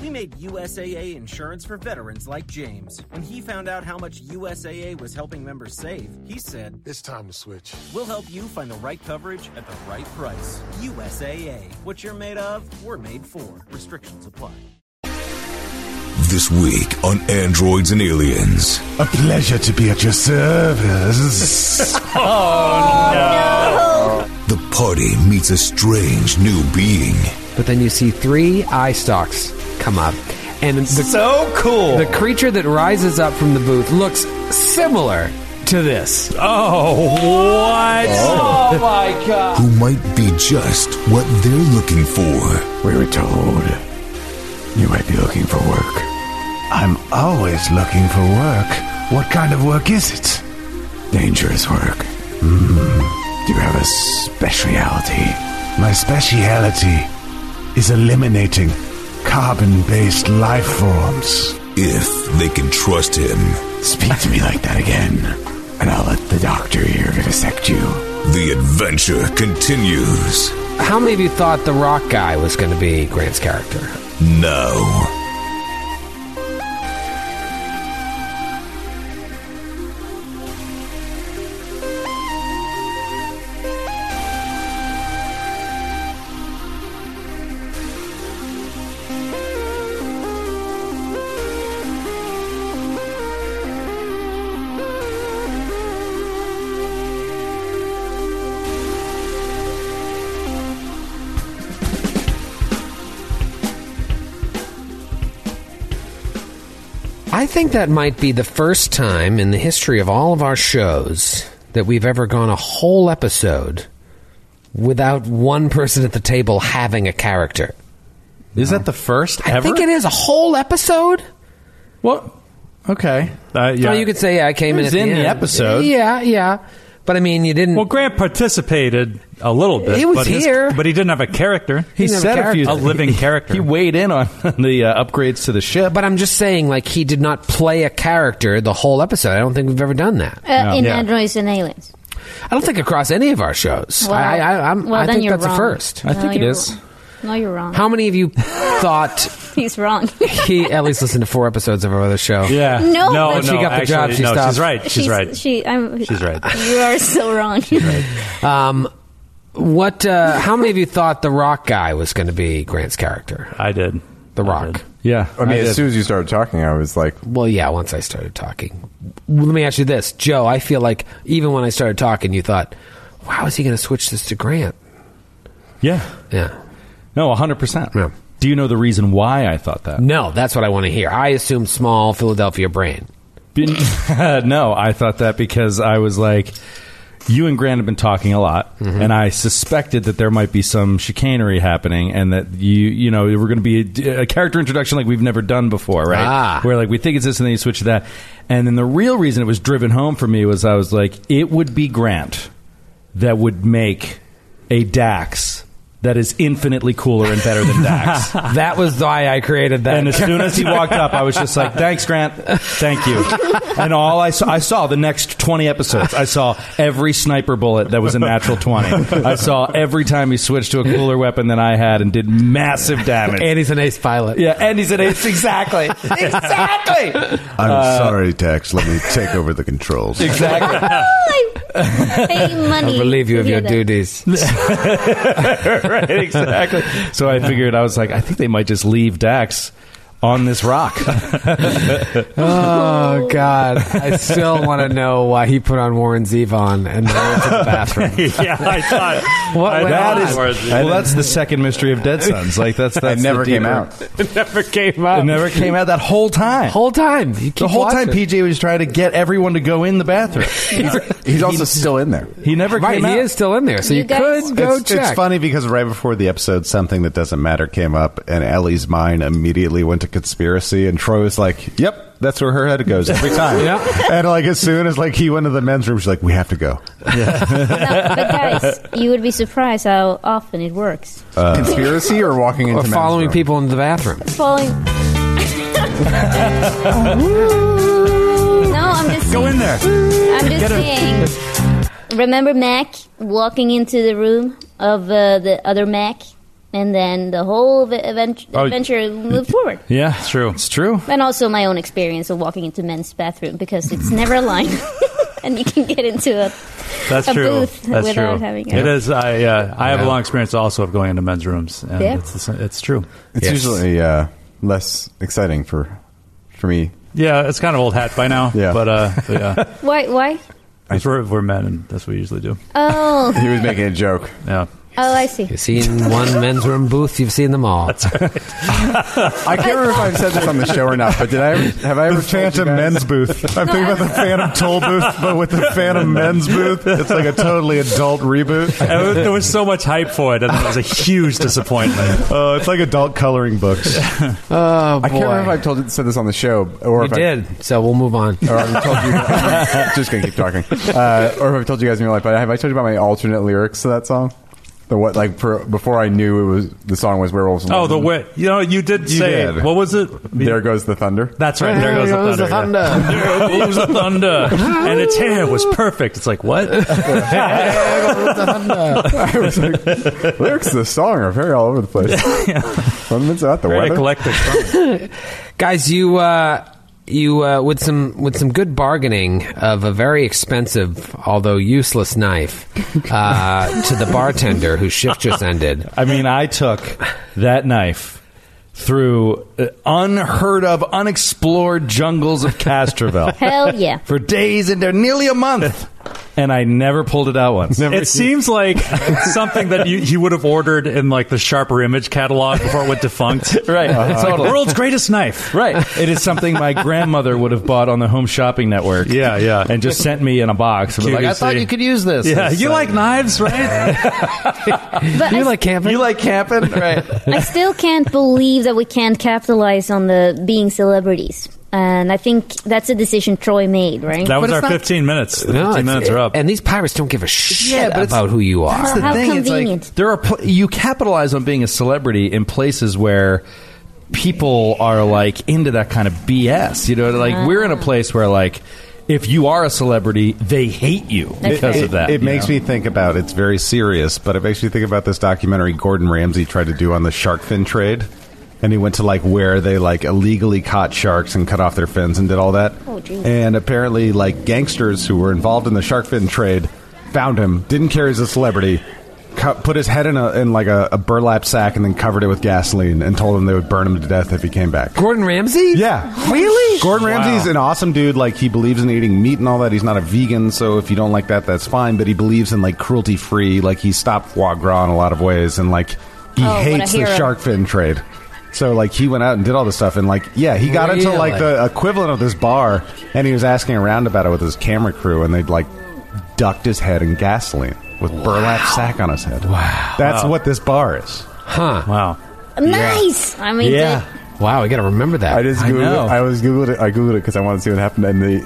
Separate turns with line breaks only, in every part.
We made USAA insurance for veterans like James. When he found out how much USAA was helping members save, he said,
It's time to switch.
We'll help you find the right coverage at the right price. USAA. What you're made of, we're made for. Restrictions apply.
This week on Androids and Aliens.
A pleasure to be at your service.
Oh,
The party meets a strange new being.
But then you see three eye stalks come up. And the,
So cool.
the creature that rises up from the booth looks similar to this.
oh, what? Oh, my God.
who might be just what they're looking for.
we were told you might be looking for work. I'm always looking for work. What kind of work is it? Dangerous work. Mm. Do you have a specialty? My speciality is eliminating carbon based life forms.
If they can trust him,
Speak to me like that again, and I'll let the doctor here dissect you.
the adventure continues
How many of you thought the rock guy was going to be Grant's character?
now.
I think that might be the first time in the history of all of our shows that we've ever gone a whole episode without one person at the table having a character.
Is that the first
I think it is a whole episode.
What? Okay. Uh, yeah.
Well, you could say yeah, I came
It
in
was
at
in
the,
the
end.
episode.
Yeah, yeah. But I mean, you didn't.
Well, Grant participated a little bit.
He was
but his-
here.
but he didn't have a character.
He didn't have a
a
character.
living character.
He weighed in on the uh, upgrades to the ship.
but I'm just saying, like, he did not play a character the whole episode. I don't think we've ever done that.
Uh, in
Yeah.
Androids and Aliens.
I don't think across any of our shows.
Well,
I, I, I'm,
well,
I
then
think
you're
that's
wrong.
a first.
I think it
you're
is.
wrong. No, you're wrong.
How many of you thought
He's wrong.
he at least listened to four episodes of our other show?
yeah.
No,
no,
but-
no.
She got the
actually,
job, she
no,
stopped.
she's right. She's, right.
She, I'm,
She's right.
You are so wrong.
Um, what? Uh, how many of you thought the Rock guy was going to be Grant's character?
I did.
The
I
Rock.
did.
Yeah.
I mean,
did.
as soon as you started talking, I was like,
Well, yeah. Once I started talking, Well, let me ask you this, Joe. I feel like even when I started talking, you thought, "Wow, is he going to switch this to Grant?"
yeah.
Yeah.
No, 100%.
Yeah.
Do you know the reason why I thought that?
No, that's what I want to hear. I assume small Philadelphia brain.
Been- no, I thought that because I was like, you and Grant have been talking a lot,
Mm-hmm.
and I suspected that there might be some chicanery happening, and that you, you know, we're going to be a, a character introduction like we've never done before, right?
Ah.
Where like we think it's this, and then you switch to that, and then the real reason it was driven home for me was I was like, it would be Grant that would make a Dax that is infinitely cooler and better than Dax.
That was why I created that.
And as soon as he walked up, I was just like, "Thanks, Grant. Thank you." And all I saw, I saw the next twenty episodes. I saw every sniper bullet that was a natural twenty. I saw every time he switched to a cooler weapon than I had and did massive damage.
and he's an ace pilot.
yeah, and he's an ace. Exactly. Exactly.
I'm
Uh,
sorry, Tex. Let me take over the controls.
Exactly.
I pay money.
I relieve you
to
of
do
your
that.
duties.
right. Exactly. So I figured I was like, I think they might just leave Dax on this rock.
Oh God! I still want to know why he put on Warren Zevon and then went to the bathroom.
yeah, I thought.
What
I
went
thought
on?
it was-
well, that's the second mystery of Dead Sons. Like that's that
it never came out.
never came up.
It never came out that whole time.
Whole time.
the
You keep
whole time
watching.
PJ was trying to get everyone to go in the bathroom.
He's also still in there.
he never
Right,
came
he
out.
is still in there, so you,
You guys-
could go
it's,
check.
it's funny because right before the episode, something that doesn't matter came up, and Ellie's mind immediately went to conspiracy, and Troy was like, "Yep, that's where her head goes every time."
Yeah.
And like as soon as like he went to the men's room, she's like, "We have to go."
No, but guys, you would be surprised how often it works.
Uh,
Conspiracy or walking into
Or
men's
following
room?
people into the bathroom.
Falling. no, I'm just
Go
saying-
in there.
I'm just saying. Remember Mac walking into the room of uh, the other Mac and then the whole v- advent-
Oh,
adventure moved forward.
Yeah,
It's true.
It's true.
And also my own experience of walking into men's bathroom because it's never a line, and you can get into a
That's
a
true.
booth
That's
without
true.
having
It
a-
is. I uh, I have
Yeah.
a long experience also of going into men's rooms, and
Yeah.
it's it's true.
It's
Yes.
usually uh, less exciting for for me.
Yeah, it's kind of old hat by now.
Yeah.
but uh, but yeah,
why why.
Because we're, we're men, and that's what we usually do.
Oh,
He was making a joke.
Yeah,
oh, I see.
You've seen one men's room booth, you've seen them all.
I can't remember if I've said this on the show or not, but did I ever, have I ever
The
told you
Phantom
guys-
Men's Booth. I'm thinking about the Phantom Toll Booth, but with the Phantom Men's Booth, it's like a totally adult reboot.
And there was so much hype for it, and it was a huge disappointment.
Oh, it's like adult coloring books.
Oh, boy.
I can't remember if I told said this on the show or
you
if I-
did, so we'll move on.
or I've told you. just gonna keep talking. Uh, or if I've told you guys in real life, but have I told you about my alternate lyrics to that song? The what? Like for, before I knew it was the song was werewolves. in
Oh, the
London.
way you know you did say
did.
what was it?
There goes the thunder.
That's right. There goes, the thunder. yeah. There goes the thunder, and its hair was perfect. It's like what?
I was like, lyrics to the song are very all over the place. One minute's about the
Very
weather.
eclectic.
Guys, you uh, you uh, with some with some good bargaining of a very expensive although useless knife uh, to the bartender whose shift just ended.
I mean, I took that knife through uh, unheard of, unexplored jungles of Castroville
Hell yeah.
for days and nearly a month, and I never pulled it out once.
It seems like something that you, you would have ordered in like the Sharper Image catalog before it went defunct.
Right, totally.
World's greatest knife.
Right. It is something my grandmother would have bought on the Home Shopping Network.
Yeah, yeah.
And just sent me in a box. And be like, I
Curiosity.
thought you could use this.
Yeah,
It's
you like knives, right?
But I,
like camping?
You like camping? Right.
I still can't believe that we can't capitalize on the being celebrities. And I think that's a decision Troy made, right?
That was
it's
our
not-
15 minutes. The
No,
15
it's-
minutes are up.
And these pirates don't give a shit
Yeah, but it's-
about who you are.
How
it's
convenient.
there are pl- you capitalize on being a celebrity in places where people are like into that kind of BS. You know, like we're in a place where like if you are a celebrity, they hate you because
right.
of that.
It,
you
makes
know?
me think about it's very serious, but it makes me think about this documentary Gordon Ramsay tried to do on the shark fin trade. And he went to like where they like illegally caught sharks and cut off their fins and did all that.
Oh, geez.
and apparently, like gangsters who were involved in the shark fin trade found him, didn't care he's a celebrity, cut, put his head in a in like a, a burlap sack and then covered it with gasoline and told him they would burn him to death if he came back.
Gordon Ramsay?
Yeah.
Really?
Gordon Ramsay's an awesome dude. Like he believes in eating meat and all that. He's not a vegan, so if you don't like that, that's fine. But he believes in like cruelty free. Like he stopped foie gras in a lot of ways, and like he
Oh, what a
hates the
hero.
shark fin trade. So like he went out and did all this stuff, and like yeah, he got into like
Really?
the equivalent of this bar, and he was asking around about it with his camera crew, and they'd like ducked his head in gasoline with burlap sack on his head. Wow, that's what this bar is.
Huh.
Wow.
nice. I mean,
Yeah.
Wow, I got to remember that.
I just
I
googled.
know.
I, was googled it. I googled it because I wanted to see what happened. And the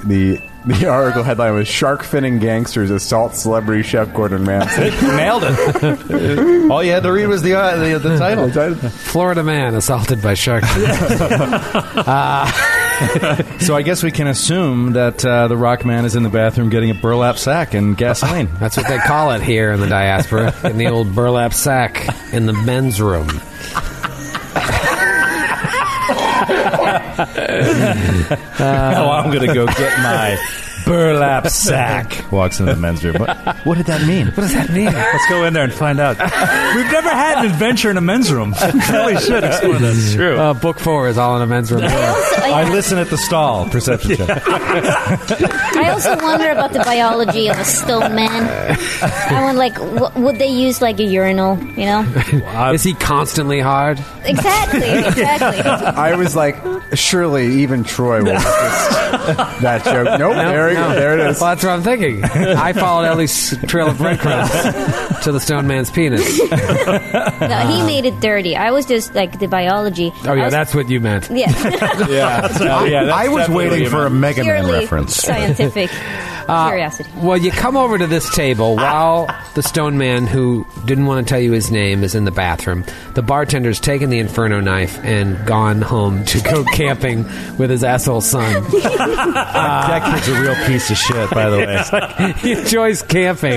the, the article headline was "Shark Finning Gangsters Assault Celebrity Chef Gordon Ramsay."
nailed it. All you had to read was the uh, the, the title.
Florida man assaulted by shark.
Uh, So I guess we can assume that uh, the Rock Man is in the bathroom getting a burlap sack and gasoline.
That's what they call it here in the diaspora, in the old burlap sack in the men's room.
oh, I'm gonna go get my burlap sack. Walks into the men's room. What, what did that mean?
What does that mean?
Let's go in there and find out. We've never had an adventure in a men's room. really should explore that. It's true.
Uh, book four is all in a men's room.
I listen at the stall. Perception check.
I also wonder about the biology of a stone man. I want, like, w- would they use like a urinal? You know,
Is he constantly hard?
exactly, exactly.
I was like, surely even Troy will resist that joke. Nope, there, it- there it is.
Well, that's what I'm thinking. I followed Ellie's trail of breadcrumbs to the stone man's penis. Ah.
No,
Uh-huh.
he made it dirty. I was just like the biology.
Oh,
I
yeah,
was-
that's what you meant.
yeah.
yeah,
I was waiting for a Mega Man
purely
reference.
Scientific.
Uh,
Curiosity.
Well, you come over to this table while the stone man, who didn't want to tell you his name, is in the bathroom. The bartender's taken the inferno knife and gone home to go camping with his asshole son. uh,
that kid's a real piece of shit, by the way.
he enjoys camping,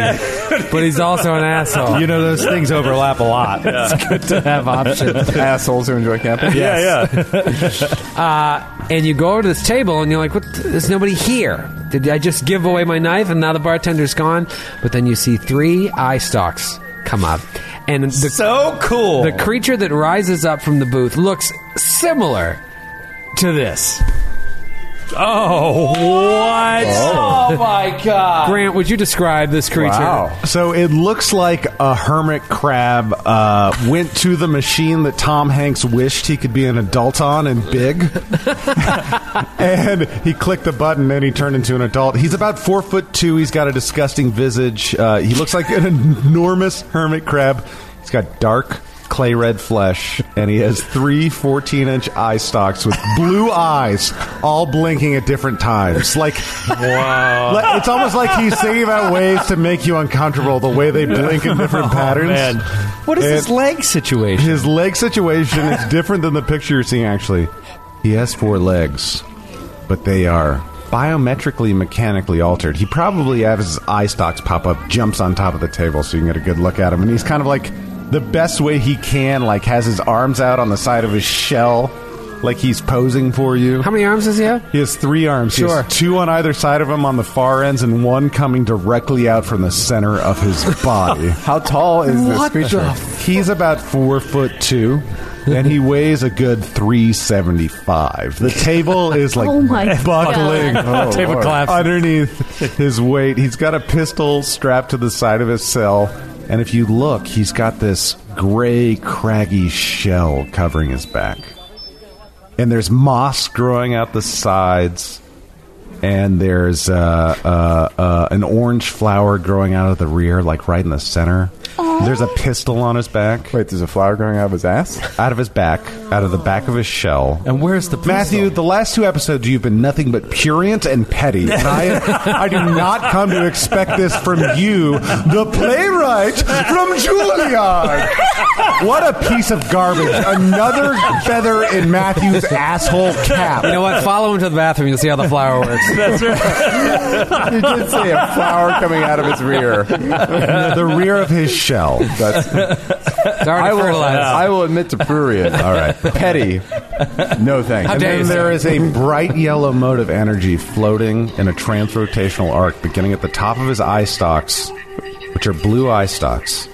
but he's also an asshole.
You know those things overlap a lot. It's good to have options.
Assholes who enjoy camping.
Yes. Yeah, yeah.
Uh, and you go over to this table and you're like, "What? There's nobody here. Did I just give away my knife and now the bartender's gone?" But then you see three eye stalks come up, and the,
So cool.
the creature that rises up from the booth looks similar to this.
Oh, what?
Oh my god.
Grant, would you describe this creature?
Wow.
So it looks like a hermit crab uh, went to the machine that Tom Hanks wished he could be an adult on and big, and he clicked the button and he turned into an adult. He's about four foot two. He's got a disgusting visage. Uh, he looks like an enormous hermit crab. He's got dark clay red flesh, and he has three 14 inch eye stalks with blue eyes, all blinking at different times. Like, wow. it's almost like he's thinking about ways to make you uncomfortable the way they blink in different patterns.
man.
What is
And
this leg situation?
His leg situation is different than the picture you're seeing, actually. He has four legs, but they are biometrically mechanically altered. He probably, as his eye stalks pop up, jumps on top of the table so you can get a good look at him. And he's kind of like the best way he can, like, has his arms out on the side of his shell, like he's posing for you.
How many arms does he have?
He has three arms. He has
Sure.
two on either side of him on the far ends, and one coming directly out from the center of his body.
How tall is this
What
creature?
the f- He's about four foot two, and he weighs a good three seventy five. The table is like
Oh my
buckling
Oh, Lord.
underneath his weight. He's got a pistol strapped to the side of his cell, and if you look, he's got this gray, craggy shell covering his back, and there's moss growing out the sides. And there's uh, uh, uh, an orange flower growing out of the rear, like right in the center. There's a pistol on his back,
Wait, there's a flower growing out of his ass?
out of his back, out of the back of his shell.
And where's the pistol?
Matthew, the last two episodes you've been nothing but purient and petty. And I, I do not come to expect this from you, the playwright from Juilliard. What a piece of garbage. Another feather in Matthew's asshole cap.
You know what? Follow him to the bathroom. You'll see how the flower works.
you did say a flower coming out of his rear.
the rear of his shell.
That's,
It's already
I will,
fertilized.
I will admit to prurient. All right. Petty. No thanks.
How
And
dare
then
you,
there
sir.
is a bright yellow mode of energy floating in a transrotational arc beginning at the top of his eye stalks, which are blue eye stalks,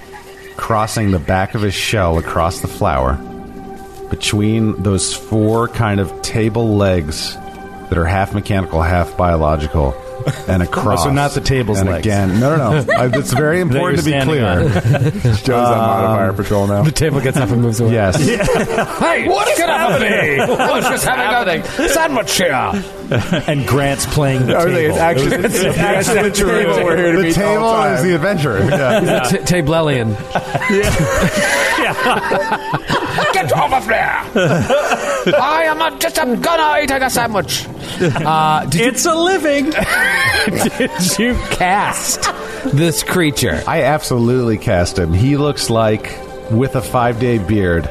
crossing the back of his shell across the flower. Between those four kind of table legs that are half mechanical, half biological, and across.
so not the table's
and
legs.
Again, no, no, no. I- It's very important to be
standing
clear.
on.
Joe's on modifier patrol now.
table gets up and moves away.
Yes.
Hey, what is happening? What's just happening? A sandwich here.
and Grant's playing the
Or
table.
they- it's actually, it's, actually the table we're here to
the
meet all
table
time.
is the adventure. Yeah.
T- Tablelian. Get over there! I am a, just a gonna eating a sandwich. Uh, did
it's a living.
you cast this creature?
I absolutely cast him. He looks like, with a five day beard,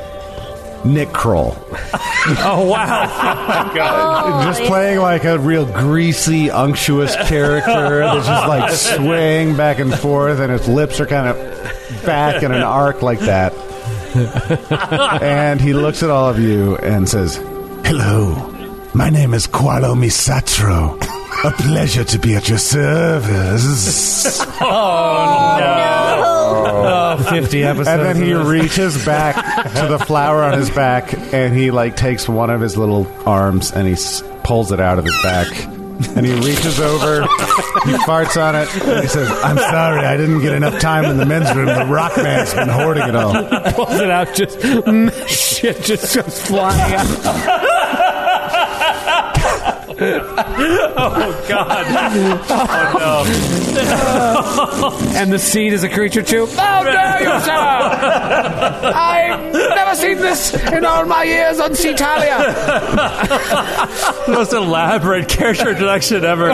Nick Kroll.
Oh, wow. Oh,
Just playing like a real greasy, unctuous character that's just like swaying back and forth, and his lips are kind of back in an arc like that. and he looks at all of you and says,
Hello, my name is Qualo Misatro. A pleasure to be at your service.
Oh, 50 episodes.
Oh, and then he
of this.
reaches back to the flower on his back and he like takes one of his little arms and he s- pulls it out of his back and he reaches over he farts on it and he says i'm sorry i didn't get enough time in the men's room the rock man's been hoarding it all
Pulls it out, just shit just goes flying out.
oh God! Oh no!
and the seed is a creature too. Oh, dare you, sir! I've never seen this in all my years on Seatalia.
Most elaborate character introduction ever,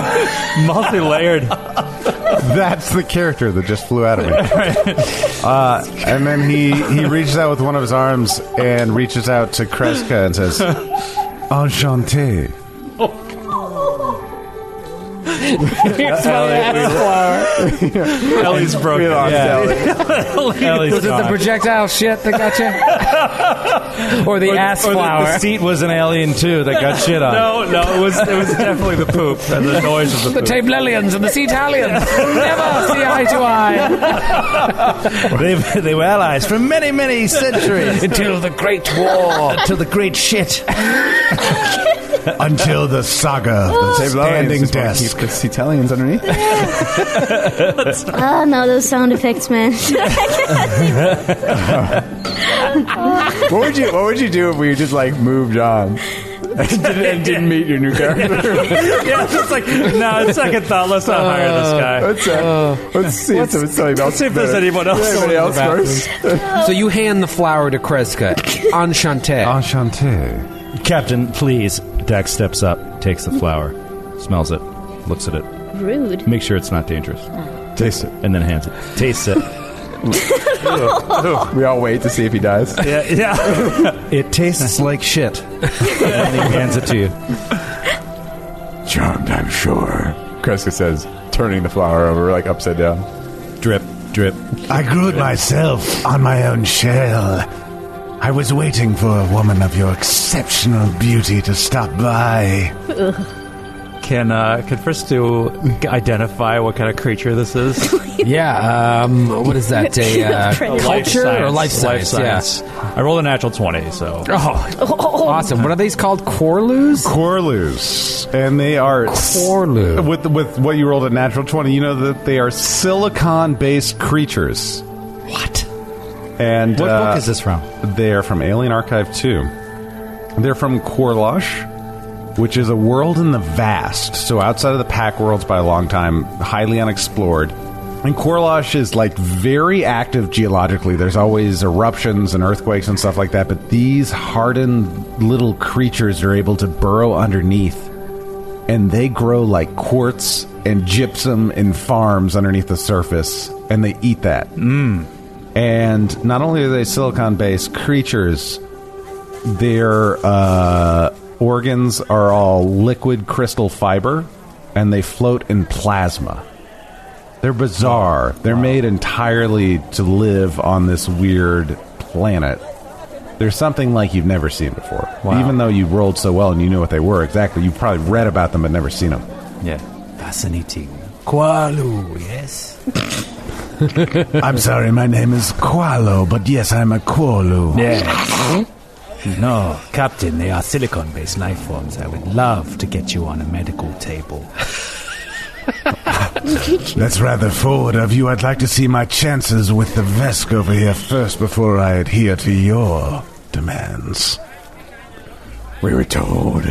multi-layered.
That's the character that just flew out of me. Uh, and then he, he reaches out with one of his arms and reaches out to Kreska and says, Enchanté.
Here's my ass
Ellie's broken.
We lost
Ellie.
Ellie's
Was it the
gone.
projectile shit that got you? or the ass
or the,
flower?
the seat was an alien too that got shit on.
No, no, it was it was definitely the poop and the noise of the
the
poop.
Tablelians and the Seatalians never see eye to eye
they, they were allies for many, many centuries.
until the Great War.
Till the great shit.
Until the saga, the standing desk.
Because Italians underneath.
Oh, no, those sound effects, man.
what would you What would you do if we just like moved on and didn't, and didn't meet your new character?
Yeah, it's just like no. Second thought. Let's not hire this guy.
let's, uh, let's see if there's something else.
see if there's
better.
anyone else
Anybody
going
else
to the
first?
so you hand the flower to Kreska. Enchanté.
Enchanté.
Captain, please. Dax steps up, takes the flower, smells it, looks at it,
Rude.
make sure it's not dangerous,
Taste it.
and then hands it. Tastes it.
We all wait to see if he dies.
Yeah, yeah.
It tastes like shit. and then he hands it to you.
Charmed, I'm sure. Kreska says, turning the flower over like upside down.
Drip, drip.
I grew it myself on my own shell. I was waiting for a woman of your exceptional beauty to stop by.
Uh,
Can uh, can first do identify what kind of creature this is?
Yeah, um, what is that? A, uh,
Life
culture or life science?
science. I rolled a natural twenty, so
Yeah. Oh, awesome. What are these called? Corlews?
Corlews. And they are...
Corlew.
With, with what you rolled a natural 20, you know that they are silicon-based creatures. What? And
What
uh,
book is this from?
They're from Alien Archive 2. They're from Korlosh, which is a world in the vast, so outside of the pack worlds by a long time, highly unexplored. And Korlosh is like very active geologically. There's always eruptions and earthquakes and stuff like that, but these hardened little creatures are able to burrow underneath and they grow like quartz and gypsum in farms underneath the surface, and they eat that. Mm. And not only are they silicon based creatures, their uh, organs are all liquid crystal fiber, and they float in plasma. They're bizarre. They're made entirely to live on this weird planet. There's something like you've never seen before. Even though you rolled so well and you knew what they were exactly, you probably read about them but never seen them.
yeah.
Fascinating.
Qualu, yes? I'm sorry, my name is Qualo, but yes, I'm a Qualu.
No, Captain, they are silicon based life forms. I would love to get you on a medical table.
That's rather forward of you. I'd like to see my chances with the Vesk over here first before I adhere to your demands.
We were told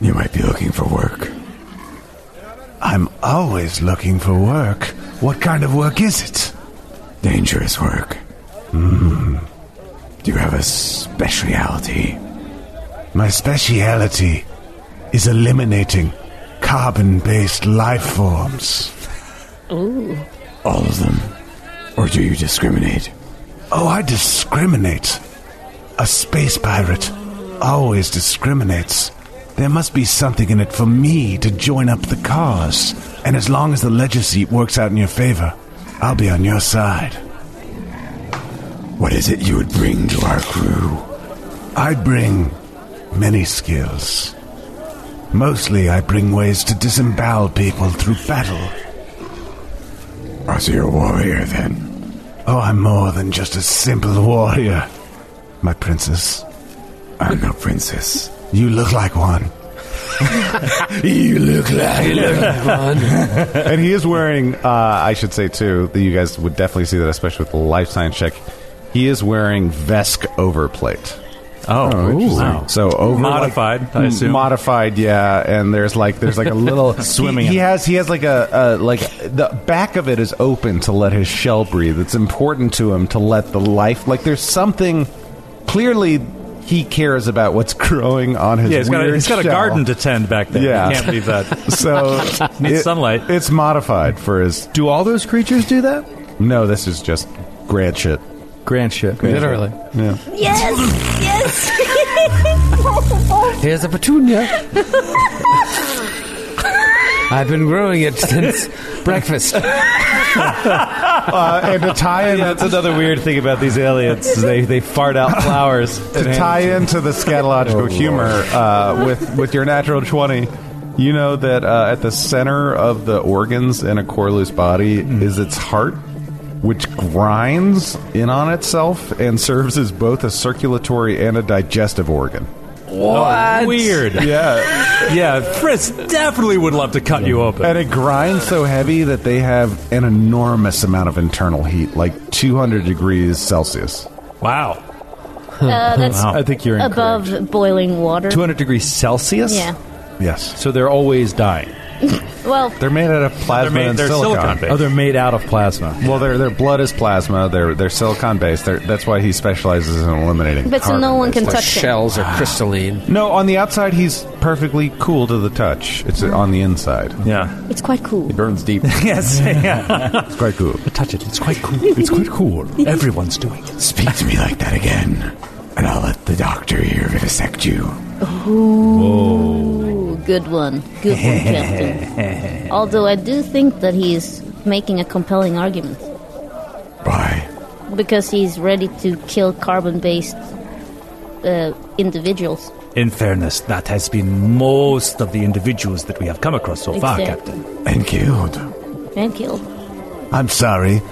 you might be looking for work.
I'm always looking for work. What kind of work is it? Mm-hmm.
Dangerous work. Do you have a specialty?
My speciality is eliminating carbon based life forms.
All of them? Or do you discriminate?
Oh, I discriminate. A space pirate always discriminates. There must be something in it for me to join up the cause. And as long as the legacy works out in your favor, I'll be on your side.
What is it you would bring to our crew?
I bring many skills. Mostly, I bring ways to disembowel people through battle.
Oh, so you're a warrior then?
Oh, I'm more than just a simple warrior, my princess.
I'm no princess.
You look like one.
You look like
and he is wearing, uh, I should say too, that you guys would definitely see that, especially with the life science check. He is wearing Vesk overplate.
Oh,
interesting. so over
Modified,
like-
I assume.
Modified, yeah. And there's like there's like a little
Swimming
He, he
in it.
has he has like a, a like the back of it is open to let his shell breathe. It's important to him to let the life like there's something clearly he cares about what's growing on his.
Yeah, he's got a-
weird
he's got a
shell.
garden to tend back there.
Yeah,
You can't leave that.
So
Needs
it-
sunlight.
It's modified for his. Do all those creatures do that? No, this is just grand shit.
Grand shit.
Literally.
Yeah.
Yes, yes. oh,
Here's a petunia. I've been growing it since breakfast.
uh, and to tie in, that's another weird thing about these aliens. is They they fart out flowers
to tie into the scatological humor uh, with with your natural twenty. You know that uh, at the center of the organs in a Corlus body is its heart, which grinds in on itself and serves as both a circulatory and a digestive organ.
What? Weird.
Yeah.
Yeah, Fritz definitely would love to cut you open.
And it grinds so heavy that they have an enormous amount of internal heat, like 200 degrees Celsius.
Wow.
Uh, that's
I think you're
above boiling water.
200 degrees Celsius.
Yeah.
Yes.
So they're always dying.
Well,
They're made out of plasma
They're made-
and
they're
silicon.
silicon-based.
Oh, they're made out of plasma.
Well, their their blood is plasma. They're they're silicon based. They're, that's why he specializes in eliminating.
But so
carbon,
no one can
basically.
touch him. Shells
are crystalline.
No, on the outside he's perfectly cool to the touch. It's on the inside.
Yeah,
it's quite cool.
it burns deep.
yes.
it's quite cool.
Touch it. It's quite cool. It's quite cool. Everyone's doing it.
Speak to me like that again, and I'll let the doctor here vivisect you.
Ooh, good one. Good one, Captain. Although I do think that he's making a compelling argument.
Why?
Because he's ready to kill carbon based uh, individuals.
In fairness, that has been most of the individuals that we have come across so far,
Exactly.
Captain.
And killed.
uh, And killed.
I'm sorry.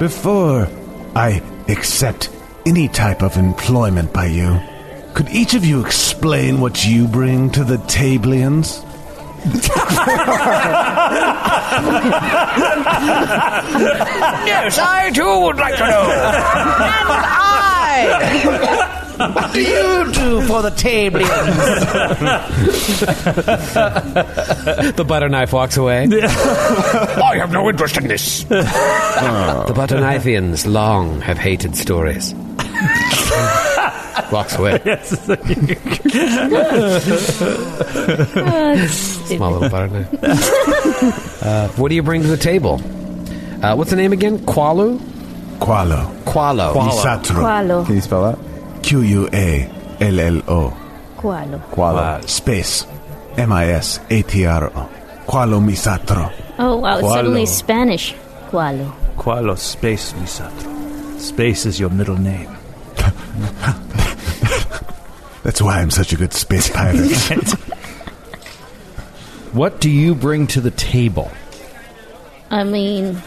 Before I accept any type of employment by you, could each of you explain what you bring to the Tablians?
yes, I too would like to know. and I.
What do you do for the table? the butter knife walks away.
I have no interest in this.
The butter knifeians long have hated stories. walks away. Small little butter knife. uh, what do you bring to the table? Uh, what's the name again? Qualu?
Qualo.
Qualo.
Qualo.
Qualo.
Can you spell that?
Q U A L L O. Uh,
Qualo.
Qualo.
Space. M I S A T R O. Qualo Misatro.
Oh, wow, it's suddenly
Qualo.
Spanish. Qualo.
Qualo Space Misatro. Space is your middle name.
That's why I'm such a good space pirate.
What do you bring to the table?
I mean,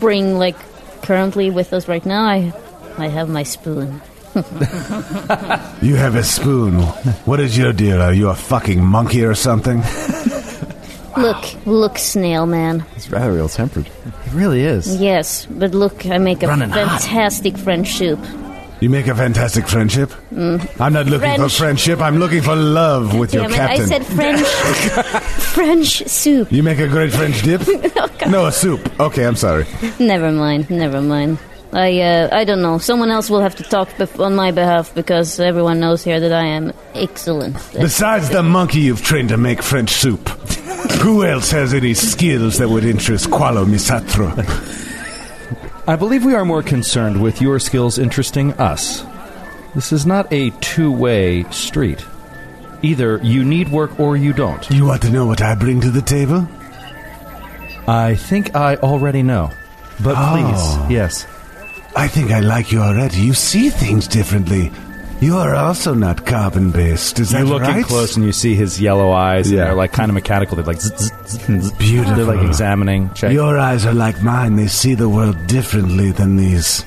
bring, like, currently with us right now, I, I have my spoon.
you have a spoon. What is your deal? Are you a fucking monkey or something?
Look, look, snail man.
It's rather ill tempered.
It really is.
Yes, but look, I make a
Running hot.
fantastic French soup.
You make a fantastic friendship. I'm not looking
French.
for friendship. I'm looking for love with your
Damn it,
captain.
I said French. French soup.
you make a great French dip. no, a soup. Okay, I'm sorry.
Never mind. Never mind. I uh, I don't know. Someone else will have to talk bef- on my behalf because everyone knows here that I am excellent.
Besides the monkey you've trained to make French soup, who else has any skills that would interest Qualo Misatro?
I believe we are more concerned with your skills interesting us. This is not a two way street. Either you need work or you don't.
You want to know what I bring to the table?
I think I already know. But
Oh.
please, yes.
I think I like you already. You see things differently. You are also not carbon based. Is
You
that
look in
right?
close and you see his yellow eyes. Yeah.
Yeah.
And they're like kind of mechanical. They're like, zzz, zzz, zzz, zzz.
Beautiful.
They're like examining. Check.
Your eyes are like mine. They see the world differently than these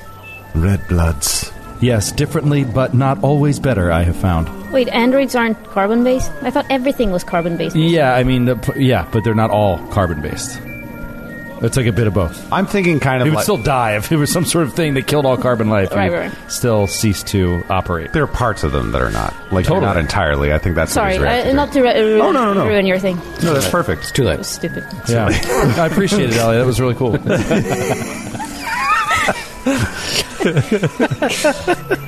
red bloods.
Yes, differently, but not always better, I have found.
Wait, androids aren't carbon based? I thought everything was carbon based.
Yeah, I mean, the- yeah, but they're not all carbon based. It's like a bit of both.
I'm thinking kind of
It would
like-
still die if it was some sort of thing that killed all carbon life.
Right,
it would
right,
Still cease to operate.
There are parts of them that are not like
totally.
not entirely. I think that's
Sorry,
What
uh,
he's
not to ru- ruin,
Oh, no, no, no.
ruin your thing.
no, that's perfect. It's
too
It was stupid.
Yeah, I appreciate it, Ellie. That was really cool.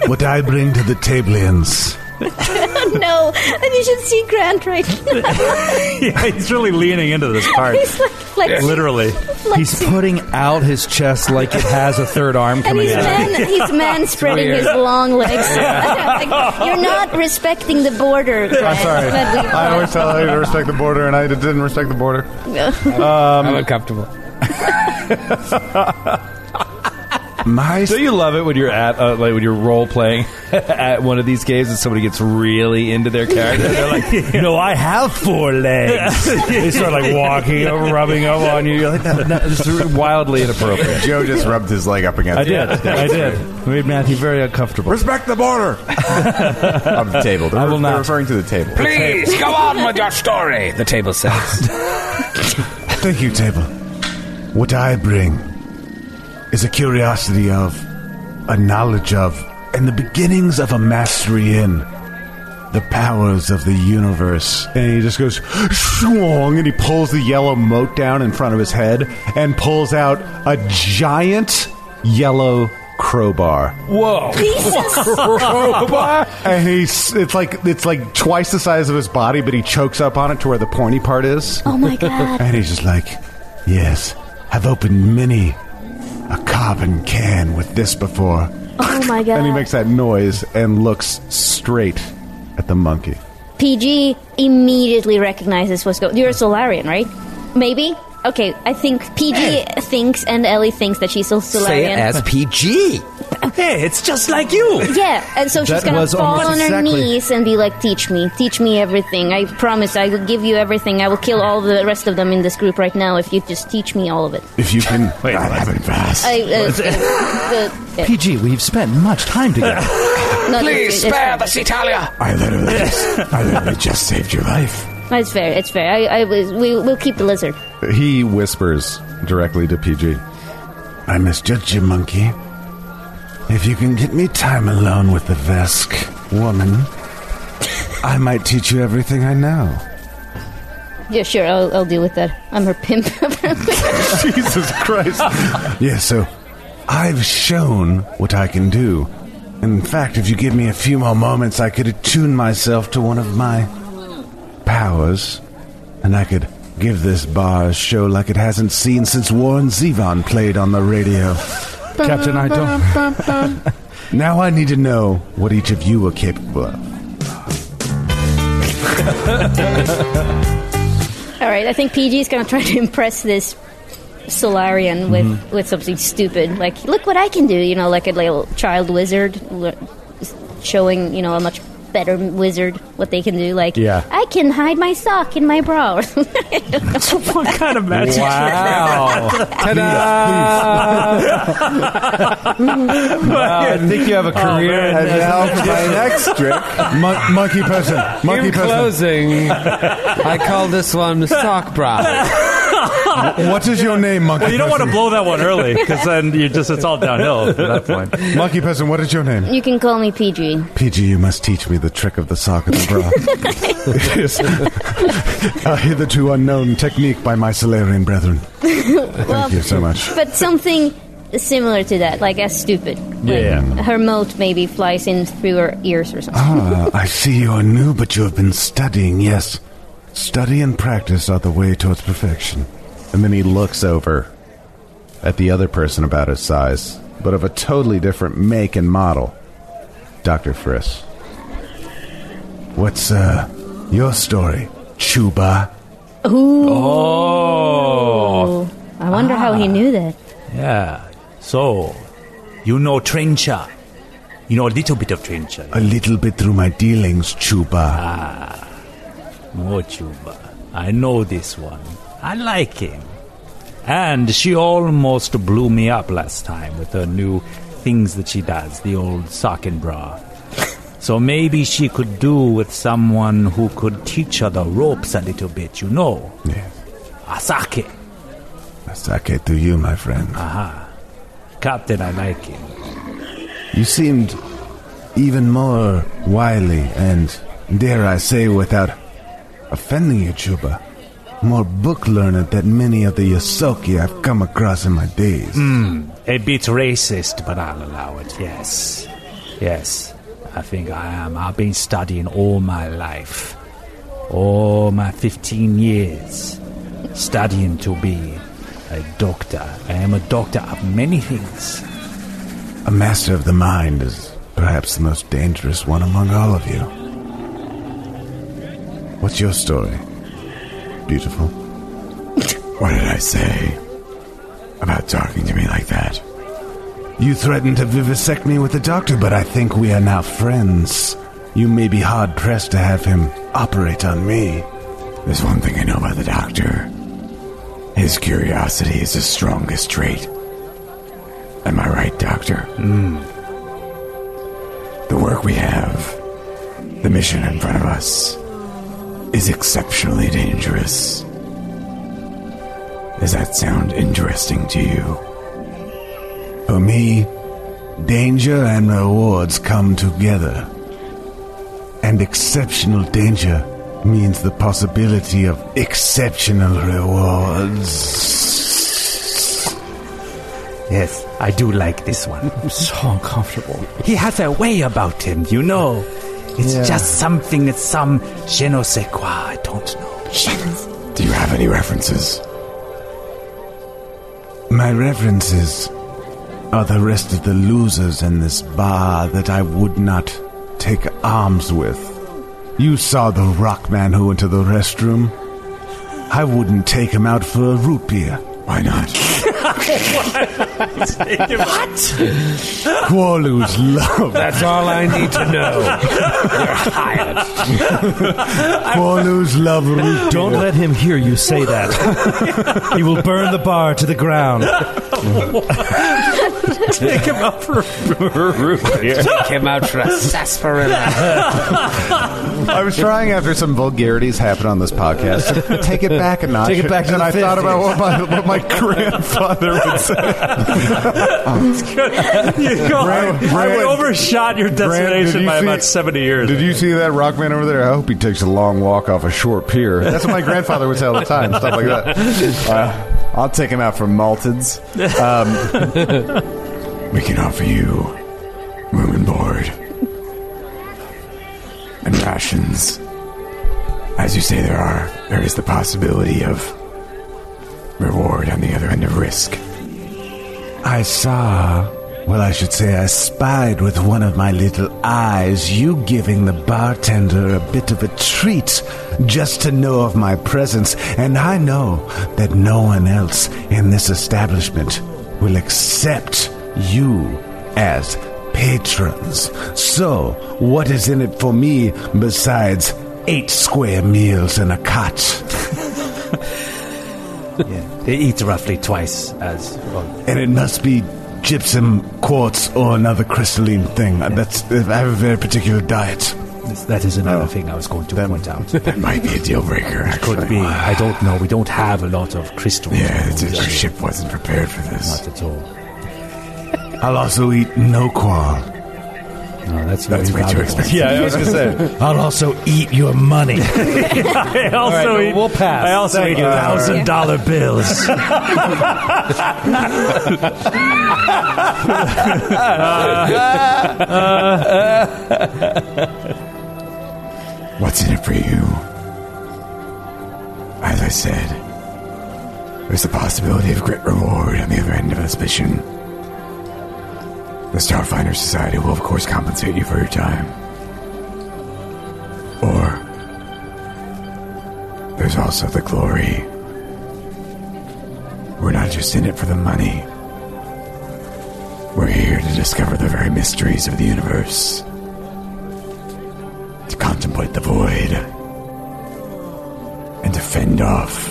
what I bring to the tablians.
no, and you should see Grant right now.
yeah, he's really leaning into this part.
He's like flexing.
Literally.
He's putting out his chest like it has a third arm
And
coming
he's
out.
man, he's man spreading
weird.
his long legs. Like, you're not respecting the border.
I'm
Grant.
sorry.
But we-
I always tell you to respect the border, and I didn't respect the border.
Um,
I'm uncomfortable.
My do you love it when you're at uh, like when you're role playing at one of these games and somebody gets really into their character? They're like, "No, I have four legs." they start like walking over, rubbing over on you. You're like, "No, no, this is wildly inappropriate."
Joe just rubbed his leg up against.
I did.
it.
I did. Made Matthew very uncomfortable.
Respect the border. of the table. They're,
I will
they're
not.
referring to the table.
Please go on with your story.
The table says.
Thank you, table. What I bring is a curiosity of, a knowledge of, and the beginnings of a mastery in the powers of the universe.
And he just goes, "Shwong," and he pulls the yellow moat down in front of his head and pulls out a giant yellow crowbar.
Whoa!
Crowbar? and he's it's like it's like twice the size of his body, but he chokes up on it to where the pointy part is.
Oh my god.
And he's just like, Yes, I've opened many a carbon can with this before.
Oh my god.
And he makes that noise and looks straight at the monkey.
PG immediately recognizes what's going. You're a Solarian, right? Maybe. Okay, I think PG thinks and Ellie thinks that she's a
Say
Solarian.
it as PG.
Hey, it's just like you.
yeah, and so she's
That
gonna
was
fall
almost
on her
exactly-
knees and be like, "Teach me, teach me everything. I promise, I will give you everything. I will kill all the rest of them in this group right now if you just teach me all of it."
If you can. Wait, I haven't
I, uh, uh, uh, uh,
PG, we've spent much time together.
no, it's-
Please
it's fine.
spare the Citalia.
I literally just, I literally just saved your life.
It's fair. It's fair. I, I was, we, we'll keep the lizard.
He whispers directly to PG.
I misjudged you, monkey. If you can get me time alone with the Vesk woman, I might teach you everything I know.
Yeah, sure. I'll, I'll deal with that. I'm her pimp.
Jesus Christ.
Yeah, so I've shown what I can do. In fact, if you give me a few more moments, I could attune myself to one of my powers, and I could give this bar a show like it hasn't seen since Warren Zevon played on the radio.
Captain, I
don't. now I need to know what each of you are capable of.
All right, I think PG's gonna try to impress this Solarian with
Mm-hmm.
with something stupid, like "Look what I can do," you know, like a little child wizard l- showing, you know, a much better wizard what they can do. Like,
Yeah.
I can hide my sock in my bra. what
kind of
Wow! wow! I think
Oh,
you have a career.
And now for my next trick.
Mon- monkey person. Monkey
In
person.
closing, I call this one sock bra.
What is your name, monkey
Well, you don't want
person?
to blow that one early because then you just it's all downhill at that point.
Monkey person, what is your name?
You can call me PG.
PG, you must teach me the trick of the sock and the bra. It is a hitherto unknown technique by my Solarian brethren.
Well,
Thank you so much.
but something similar to that, like as stupid.
Yeah.
Her moat maybe flies in through her ears or something.
Ah, I see you are new, but you have been studying, yes. Study and practice are the way towards perfection.
And then he looks over at the other person about his size, but of a totally different make and model. Dr. Friss.
What's, uh, your story, Chuba?
Ooh.
Oh.
I wonder how
Ah.
he knew that.
Yeah. So, you know Trencha. You know a little bit of Trencha.
A little bit through my dealings, Chuba.
Ah, Mochuba. I know this one. I like him. And she almost blew me up last time with her new things that she does, the old sock and bra. So maybe she could do with someone who could teach her the ropes a little bit, you know. Asake.
Sake to you, my friend.
Aha. Captain, I like him.
You seemed even more wily and, dare I say, without offending you, Chuba, more book learned than many of the Yosoki I've come across in my days.
Hmm. A bit racist, but I'll allow it, yes. Yes. I think I am. I've been studying all my life. All my 15 years. Studying to be a doctor. I am a doctor of many things.
A master of the mind is perhaps the most dangerous one among all of you. What's your story? Beautiful.
What did I say about talking to me like that?
You threatened to vivisect me with the doctor, but I think we are now friends. You may be hard pressed to have him operate on me.
There's one thing I know about the doctor. His curiosity is his strongest trait. Am I right, Doctor? The work we have, the mission in front of us, is exceptionally dangerous. Does that sound interesting to you?
For me, danger and rewards come together. And exceptional danger means the possibility of exceptional rewards.
Yes, I do like this one. I'm so uncomfortable. He has a way about him, you know. It's
Yeah.
just something, it's some je ne sais quoi, I don't know.
Do you have any references?
My references are the rest of the losers in this bar that I would not take arms with. You saw the rock man who went to the restroom. I wouldn't take him out for a root beer.
Why not?
Qualu's love.
That's all I need to know.
Qualu's love root
Don't
beer.
let him hear you say that. he will burn the bar to the ground.
Take him out for
Take him out for a sarsaparilla.
I was trying after some vulgarities happened on this podcast to take it back a notch.
Take it back to
and
the
I thought
50s.
about what my, what my grandfather would say.
you go,
Brand-
I- I
brand-
overshot your
did
destination
you
by
see-
about 70 years.
Did you see that rock man over there? I hope he takes a long walk off a short pier. That's what my grandfather would say all the time, stuff like that.
Uh, I'll take him out for malteds. Um,
We can offer you room and board and rations. As you say, there are there is the possibility of reward on the other end of risk.
I saw, well, I should say, I spied with one of my little eyes you giving the bartender a bit of a treat just to know of my presence, and I know that no one else in this establishment will accept you as patrons. So, what is in it for me besides eight square meals and a cot?
They eat roughly twice as. Well,
And it must be gypsum, quartz, or another crystalline thing. Uh, That's I have a very particular diet. Oh,
yes, that is another thing I was going to point out.
That might be a deal breaker. Actually,
Could be. I don't know. We don't have a lot of crystals.
Yeah, it's,
Not
our ship wasn't prepared for this.
at all.
I'll also eat no qual.
No, that's,
That's
very
way too
valuable.
expensive.
Yeah, I was going to say.
I'll also eat your money.
I also
All right,
eat.
we'll pass.
I also eat thousand dollar bills.
What's in it for you? As I said, there's the possibility of great reward on the other end of this mission. The Starfinder Society will, of course, compensate you for your time. Or there's also the glory. We're not just in it for the money. We're here to discover the very mysteries of the universe to contemplate the void and to fend off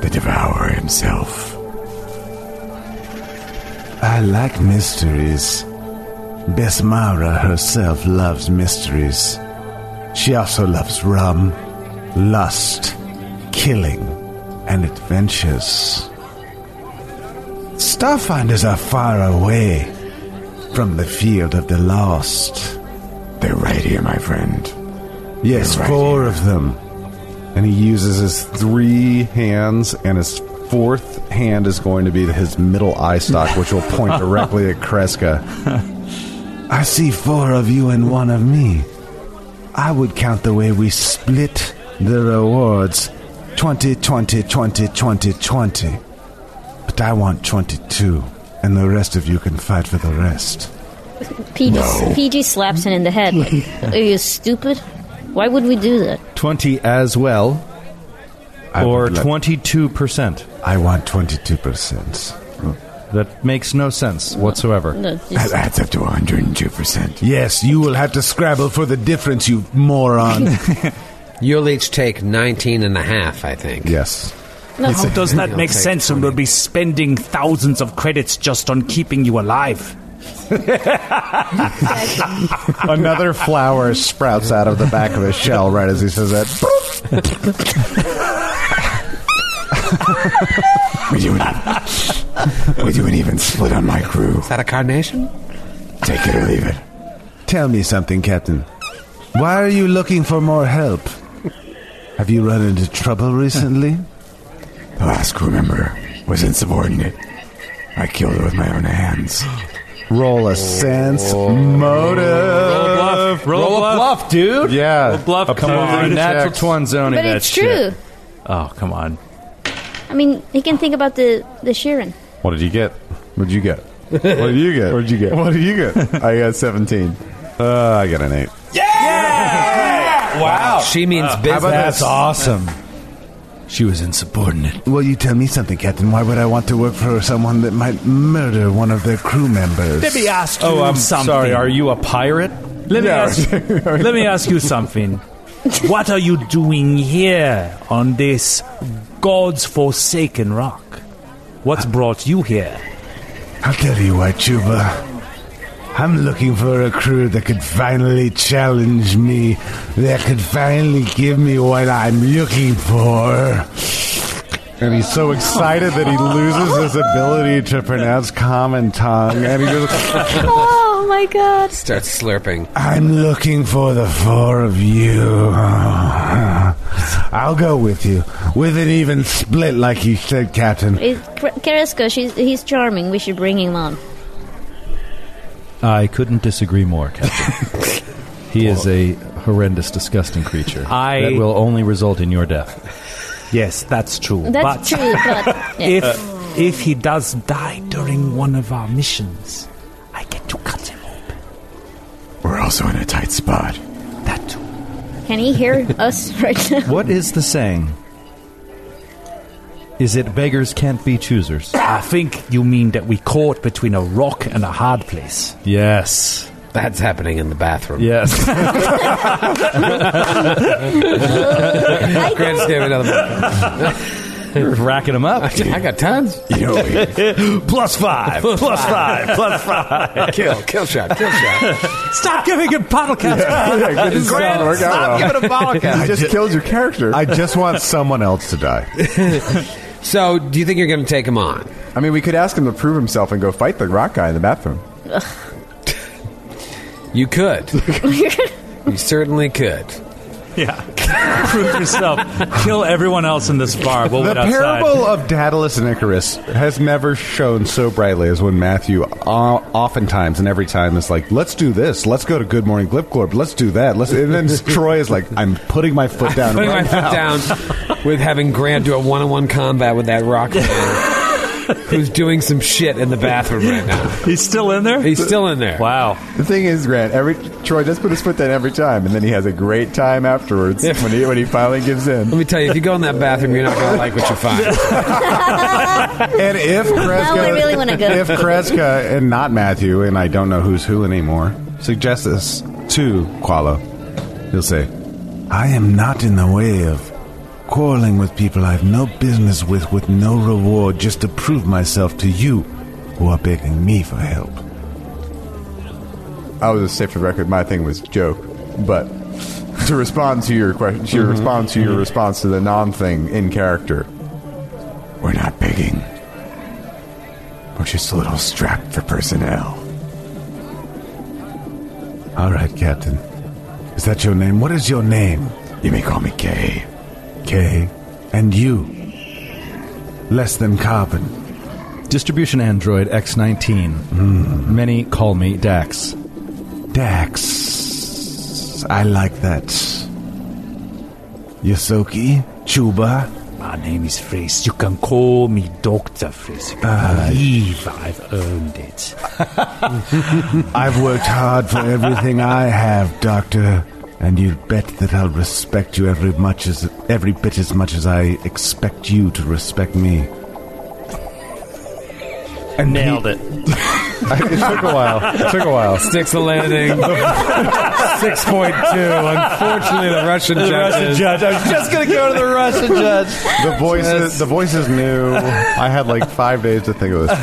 the devourer himself.
I like mysteries. Besmara herself loves mysteries. She also loves rum, lust, killing, and adventures. Starfinders are far away from the field of the lost.
They're right here, my friend.
Yes,
They're right
four of them.
And he uses his three hands, and his fourth hand is going to be his middle eye stock, which will point directly at Kreska.
I see four of you and one of me. I would count the way we split the rewards 20, 20, 20, 20, 20. But I want 22, and the rest of you can fight for the rest.
PG,
No.
PG slaps him in the head. Like, Are you stupid? Why would we do that?
20 as well. or 22%.
I want 22%.
That makes no sense whatsoever.
No,
just-
That's up to 102%.
Yes, you will have to scrabble for the difference, you moron.
You'll each take 19 and a half, I think.
Yes.
No. How does that
You'll
make
take
sense when we'll be spending thousands of credits just on keeping you alive?
Another flower sprouts out of the back of his shell right as he says that.
We do an, we do an even split on my crew. Is
that a carnation?
Take it or leave it.
Tell me something, Captain. Why are you looking for more help? Have you run into trouble recently?
The last crew member was insubordinate. I killed her with my own hands.
Roll a sense motive.
Roll a bluff. Roll, a bluff. dude.
Yeah.
Roll a bluff.
Come
Come
on.
on. Natural
Checks.
twan zoning.
But
that
it's
shit.
true.
Oh, come on.
I mean, he can think about the the Sheeran.
What did you get? What did you get? What did you get? What'd you
get?
What did you get? I got 17. Uh, I got an 8.
Wow.
She
Uh,
means
Wow.
business.
That's awesome.
She was insubordinate. Well, you tell me something, Captain. Why would I want to work for someone that might murder one of their crew members?
Let me ask you
Oh, I'm
something.
sorry. Are you a pirate?
Let me,
No.
ask, let me ask you something. What are you doing here on this God's forsaken rock? What's brought you here?
I'll tell you what, Chuba. I'm looking for a crew that could finally challenge me, that could finally give me what I'm looking for.
And he's so excited that he loses his ability to pronounce common tongue. And he just.
oh my god.
Starts slurping.
I'm looking for the four of you. I'll go with you. With an even split, like you said, Captain.
It, Carrasco, she's, he's charming. We should bring him on.
I couldn't disagree more, Captain. he is a horrendous, disgusting creature
I-
that will only result in your death.
Yes, that's true.
That's
but
true, but-
if if he does die during one of our missions, I get to cut him.
We're also in a tight spot.
Can he hear us right now?
What is the saying? Is it beggars can't be choosers?
I think you mean that we caught between a rock and a hard place.
Yes.
That's happening in the bathroom.
Yes.
Grant's gave another
You're racking them up.
I got tons.
plus five.
Plus
plus five.
five.
Plus five.
Kill. Kill shot. Kill shot.
Stop giving him bottle caps.
Yeah, this is not gonna work out well. I ju-
your character.
I just want someone else to die.
so, do you think you're going to take him on?
I mean, we could ask him to prove himself and go fight the rock guy in the bathroom.
You could. you certainly could.
Yeah. Prove yourself. Kill everyone else in this bar. We'll
the
wait outside.
parable of Daedalus and Icarus has never shone so brightly as when Matthew, uh, oftentimes and every time, is like, "Let's do this. Let's go to Good Morning Glipglorp. Let's do that." Let's, and then Troy is like, "I'm putting my foot down.
Putting
right
my foot
now."
down with having Grant do a one-on-one combat with that rock man who's doing some shit in the bathroom right now.
He's still in there.
He's still in there.
Wow.
The thing is, Grant, every Troy does put his foot down every time, and then he has a great time afterwards when he when he finally gives in.
Let me tell you, if you go in that bathroom, you're not going to like what you find.
And if Kreska,
I really wanna go.
if Kreska and not Matthew, and I don't know who's who anymore, suggest this to Qualo, he'll say,
I am not in the way of quarreling with people I've no business with, with no reward, just to prove myself to you who are begging me for help.
I was a safe for record. My thing was joke, but
Mm-hmm.
to respond to your question, to your response to your response to the non thing in character.
We're not begging. We're just a little strapped for personnel.
All right, Captain. Is that your name? What is your name?
You may call me Kay.
Kay. And you? Less than carbon.
Distribution Android X19.
Hmm.
Many call me Dax.
Dax. I like that. Yosoki? Chuba?
My name is Frace. You can call me Dr. Frace. You can believe I've earned it.
I've worked hard for everything I have, Doctor, and you bet that I'll respect you every much as every bit as much as I expect you to respect me.
And Nailed it.
it took a while. It took a while.
Sticks the landing. Six point two. Unfortunately, the Russian
The
judges.
Russian judge. I was just gonna go to the Russian judge.
The voice, is, the voice is new. I had like five days to think of this.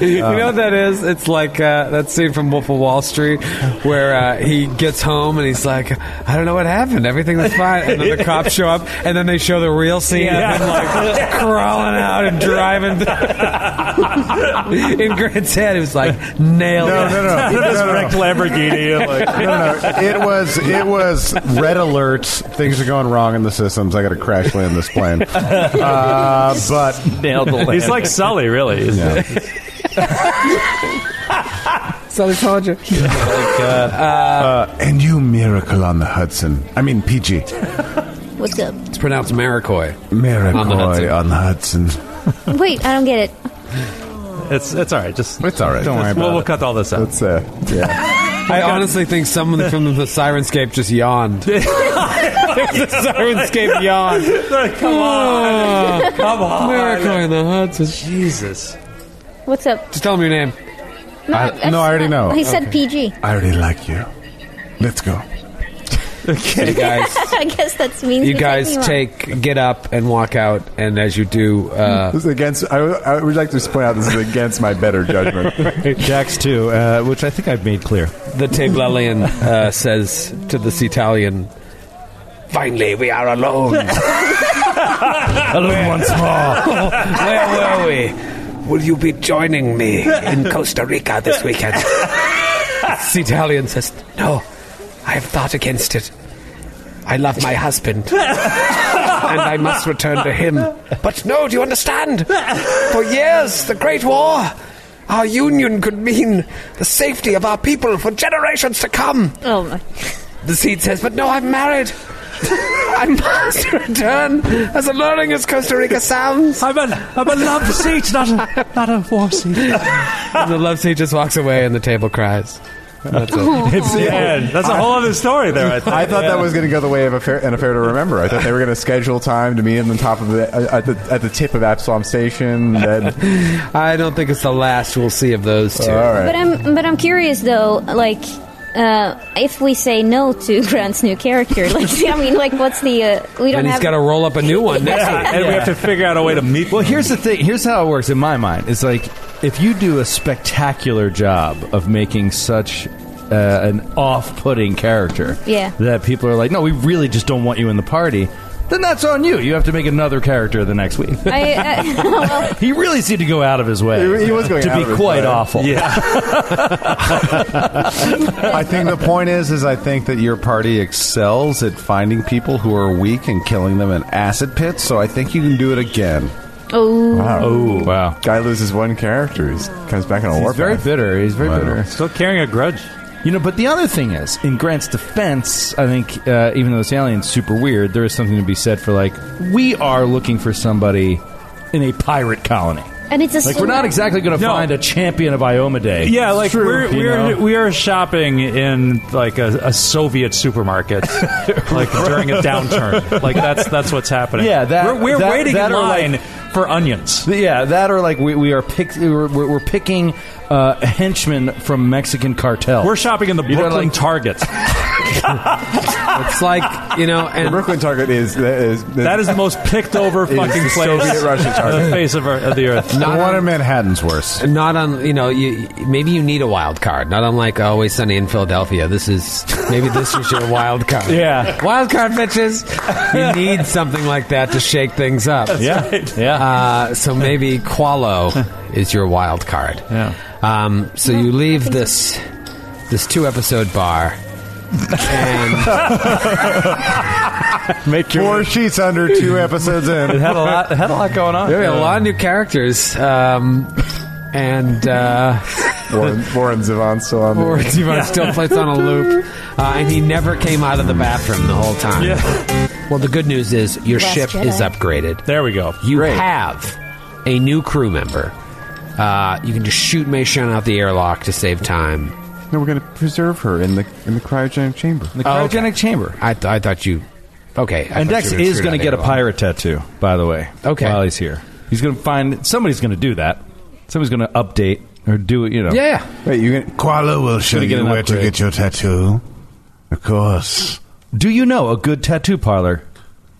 Anyway,
you know what that is? It's like uh, that scene from Wolf of Wall Street where uh, he gets home and he's like, I don't know what happened. Everything was fine. And then the cops show up and then they show the real scene of him like crawling out and driving in Grant's head. It was like, nailed
No,
it.
no, no.
He just
No, no.
wrecked Lamborghini. and, like,
no, no, it was it was red alert. Things are going wrong in the systems. I got to crash land this plane. Uh, but
Nailed the
He's like Sully, really. isn't he?
Sully told you. Uh,
And you miracle on the Hudson. I mean PG.
What's up?
It's pronounced Maricoy.
Miracle
On the Hudson.
on the Hudson.
Wait, I don't get it.
It's it's all right. Just
it's all right. Don't worry
we'll,
about
we'll
it.
cut all this out.
It's uh, yeah.
I honestly think someone from the Sirenscape just yawned. There's a Sirenscape yawn.
Come on, come on,
Miracle Ah, in the Hudson.
Jesus.
What's up?
Just tell him your name.
No,
I- no, I already know.
He said PG.
I already like you. Let's go.
You guys.
I guess that means
You
we
guys
me
take get up and walk out, and as you do, uh,
This is against. I, I would like to point out this is against my better judgment.
Dax too, uh, which I think I've made clear.
the Tablelian uh, says to the Cetalian, "Finally, we are alone. alone once more. Where were we? Will you be joining me in Costa Rica this weekend?" Cetalian says, "No, I have thought against it. I love my husband." and I must return to him. But no, do you understand? For years, the Great War, our union could mean the safety of our people for generations to come.
Oh my.
The seed says, but no, I'm married. I must return, as alluring as Costa Rica sounds.
I'm a, I'm a love seat, not a, not a war seat.
the love seed just walks away, and the table cries.
It's the end. That's a whole other story there. I think.
I thought that was going to go the way of a fair and a fair to remember. I thought they were going to schedule time to meet him on top of the uh, at the at the tip of Absalom Station. Then,
I don't think it's the last we'll see of those two.
all right.
But I'm but I'm curious though, like uh, if we say no to Grant's new character, like I mean, like what's the uh, we don't
And he's
have
got to roll up a new one next
Yeah,
week.
and we have to figure out a way to meet.
Well, here's the thing. Here's how it works in my mind. It's like if you do a spectacular job of making such uh, an off-putting character,
Yeah.
that people are like, "No, we really just don't want you in the party." Then that's on you. You have to make another character the next week.
I, uh, I, well,
he really seemed to go out of his way.
He- he was going
to
out
be
of his
quite
way.
awful.
Yeah,
I think the point is, is I think that your party excels at finding people who are weak and killing them in acid pits. So I think you can do it again.
oh,
Oh wow.
Guy loses one character. He comes back on a
He's
warpath.
very bitter. He's very bitter.
still carrying a grudge.
You know, but the other thing is, in Grant's defense, I think uh, even though this alien's super weird, there is something to be said for like we are looking for somebody in a pirate colony.
and it's a
Like we're not exactly going to
No.
find a champion of Iomade.
Yeah, like we're
you
we're
know?
we are shopping in like a, a Soviet supermarket, like during a downturn. Like that's that's what's happening.
Yeah, that-
we're, we're
that-
waiting
that
in
or, like-
line for onions.
yeah, that or like we, we are pick we're, we're we're picking uh, henchmen from Mexican cartel.
We're shopping in the
know,
Brooklyn
like-
Target.
it's like you know, and
the Brooklyn target is that is
That is the most picked over
It is
fucking
the
place
Soviet Russian
on
target.
the face of, our, of the earth.
Not
one
on-
in Manhattan's worse.
Not on, you know, you maybe you need a wild card. Not unlike uh, Always Sunny in Philadelphia. This is maybe this is your wild card.
Yeah.
wild card bitches. You need something like that to shake things up.
yeah, yeah.
Uh, so maybe Qualo is your wild card.
Yeah.
Um, so you leave this this two episode bar.
Make your four sheets under two episodes in.
It had a lot. It had a lot going on.
There are a lot of new characters. Um, and uh,
Warren, Warren Zevon still on
Warren
there.
Zevon still plays on a loop, uh, and he never came out of the bathroom the whole time. Well, the good news is your
Last
ship
Jedi.
is upgraded.
There we go.
You have a new crew member. Uh, you can just shoot Meishan out the airlock to save time.
No, we're gonna preserve
Oh,
her in the in the cryogenic chamber.
The cryogenic chamber.
I, th- I thought you. Okay. I
And
thought
Dex
you were gonna
is
shoot
going
out
to get a
the airlock.
pirate tattoo, by the way.
Okay.
While he's here, he's going to find somebody's going to do that. Somebody's going to update or do it. You know.
Yeah.
Wait, you gonna
Qualo will show
Gonna get
you
an
where to
upgrade.
get your tattoo. Of course,
Do you know a good tattoo parlor?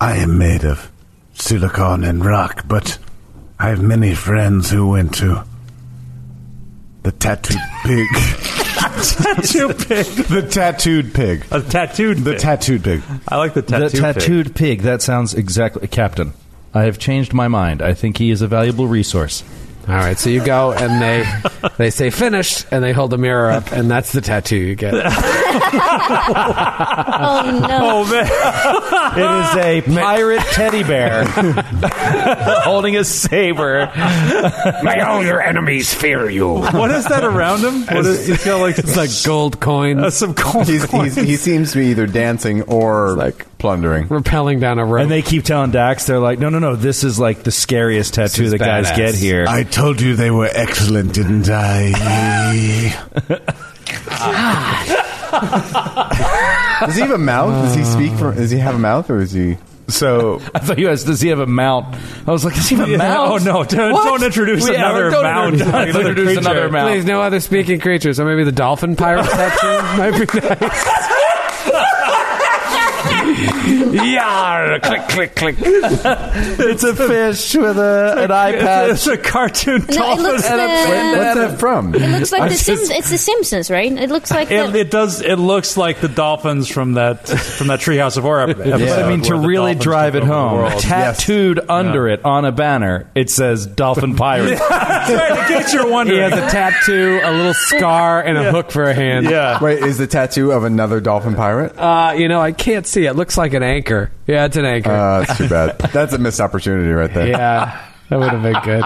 I am made of silicon and rock, but I have many friends who went to the tattooed pig.
The tattooed pig.
A tattooed.
The
pig.
tattooed pig.
I like the tattoo.
the tattooed pig. That sounds exactly, Captain. I have changed my mind. I think he is a valuable resource.
All right. So you go and they they say finished, and they hold the mirror up, and that's the tattoo you get.
Oh no!
Oh man.
It is a pirate teddy bear holding a saber.
May all your enemies fear you.
What is that around him? What is, he's got like
It's like gold coins
uh, some gold
He's, he's, he seems to be either dancing or like plundering.
rappelling down a rope.
And they keep telling Dax, they're like, no, no, no, this is like the scariest tattoo
is
that guys
badass.
get here.
I told you they were excellent, didn't I?
Does he have a mouth? Does he speak? From, does he have a mouth, or is he?
So
I thought you asked, does he have a mount? I was like, does he have a
Yeah.
mount?
Oh, no. Don't-
What?
don't introduce
Yeah,
another
don't
mount.
introduce- Don't
Another
introduce
creature.
another mount.
Please, no other speaking creatures. Or maybe the dolphin pirate tattoo might be nice.
Yar! Click, click, click.
It's a fish with a, an eye
It's a cartoon
No, it
dolphin.
looks
Wait,
the,
what's that from?
it looks like the
just-
Sims. It's the Simpsons, right? It looks like
It,
the,
it does. It looks like the dolphins from that from that Treehouse of Horror. Episode
But I mean, to
where the
really
dolphins
drive
took
it
over the
home,
world.
tattooed under it on a banner, it says Dolphin Pirate.
Trying to get your
He
wonder.
has a tattoo, a little scar, and a hook for a hand.
Yeah.
Wait, is the tattoo of another dolphin pirate?
Uh, you know, I can't see. It looks like an anchor. Yeah, it's an anchor.
Uh, that's too bad. That's a missed opportunity right there.
yeah, that would have been good.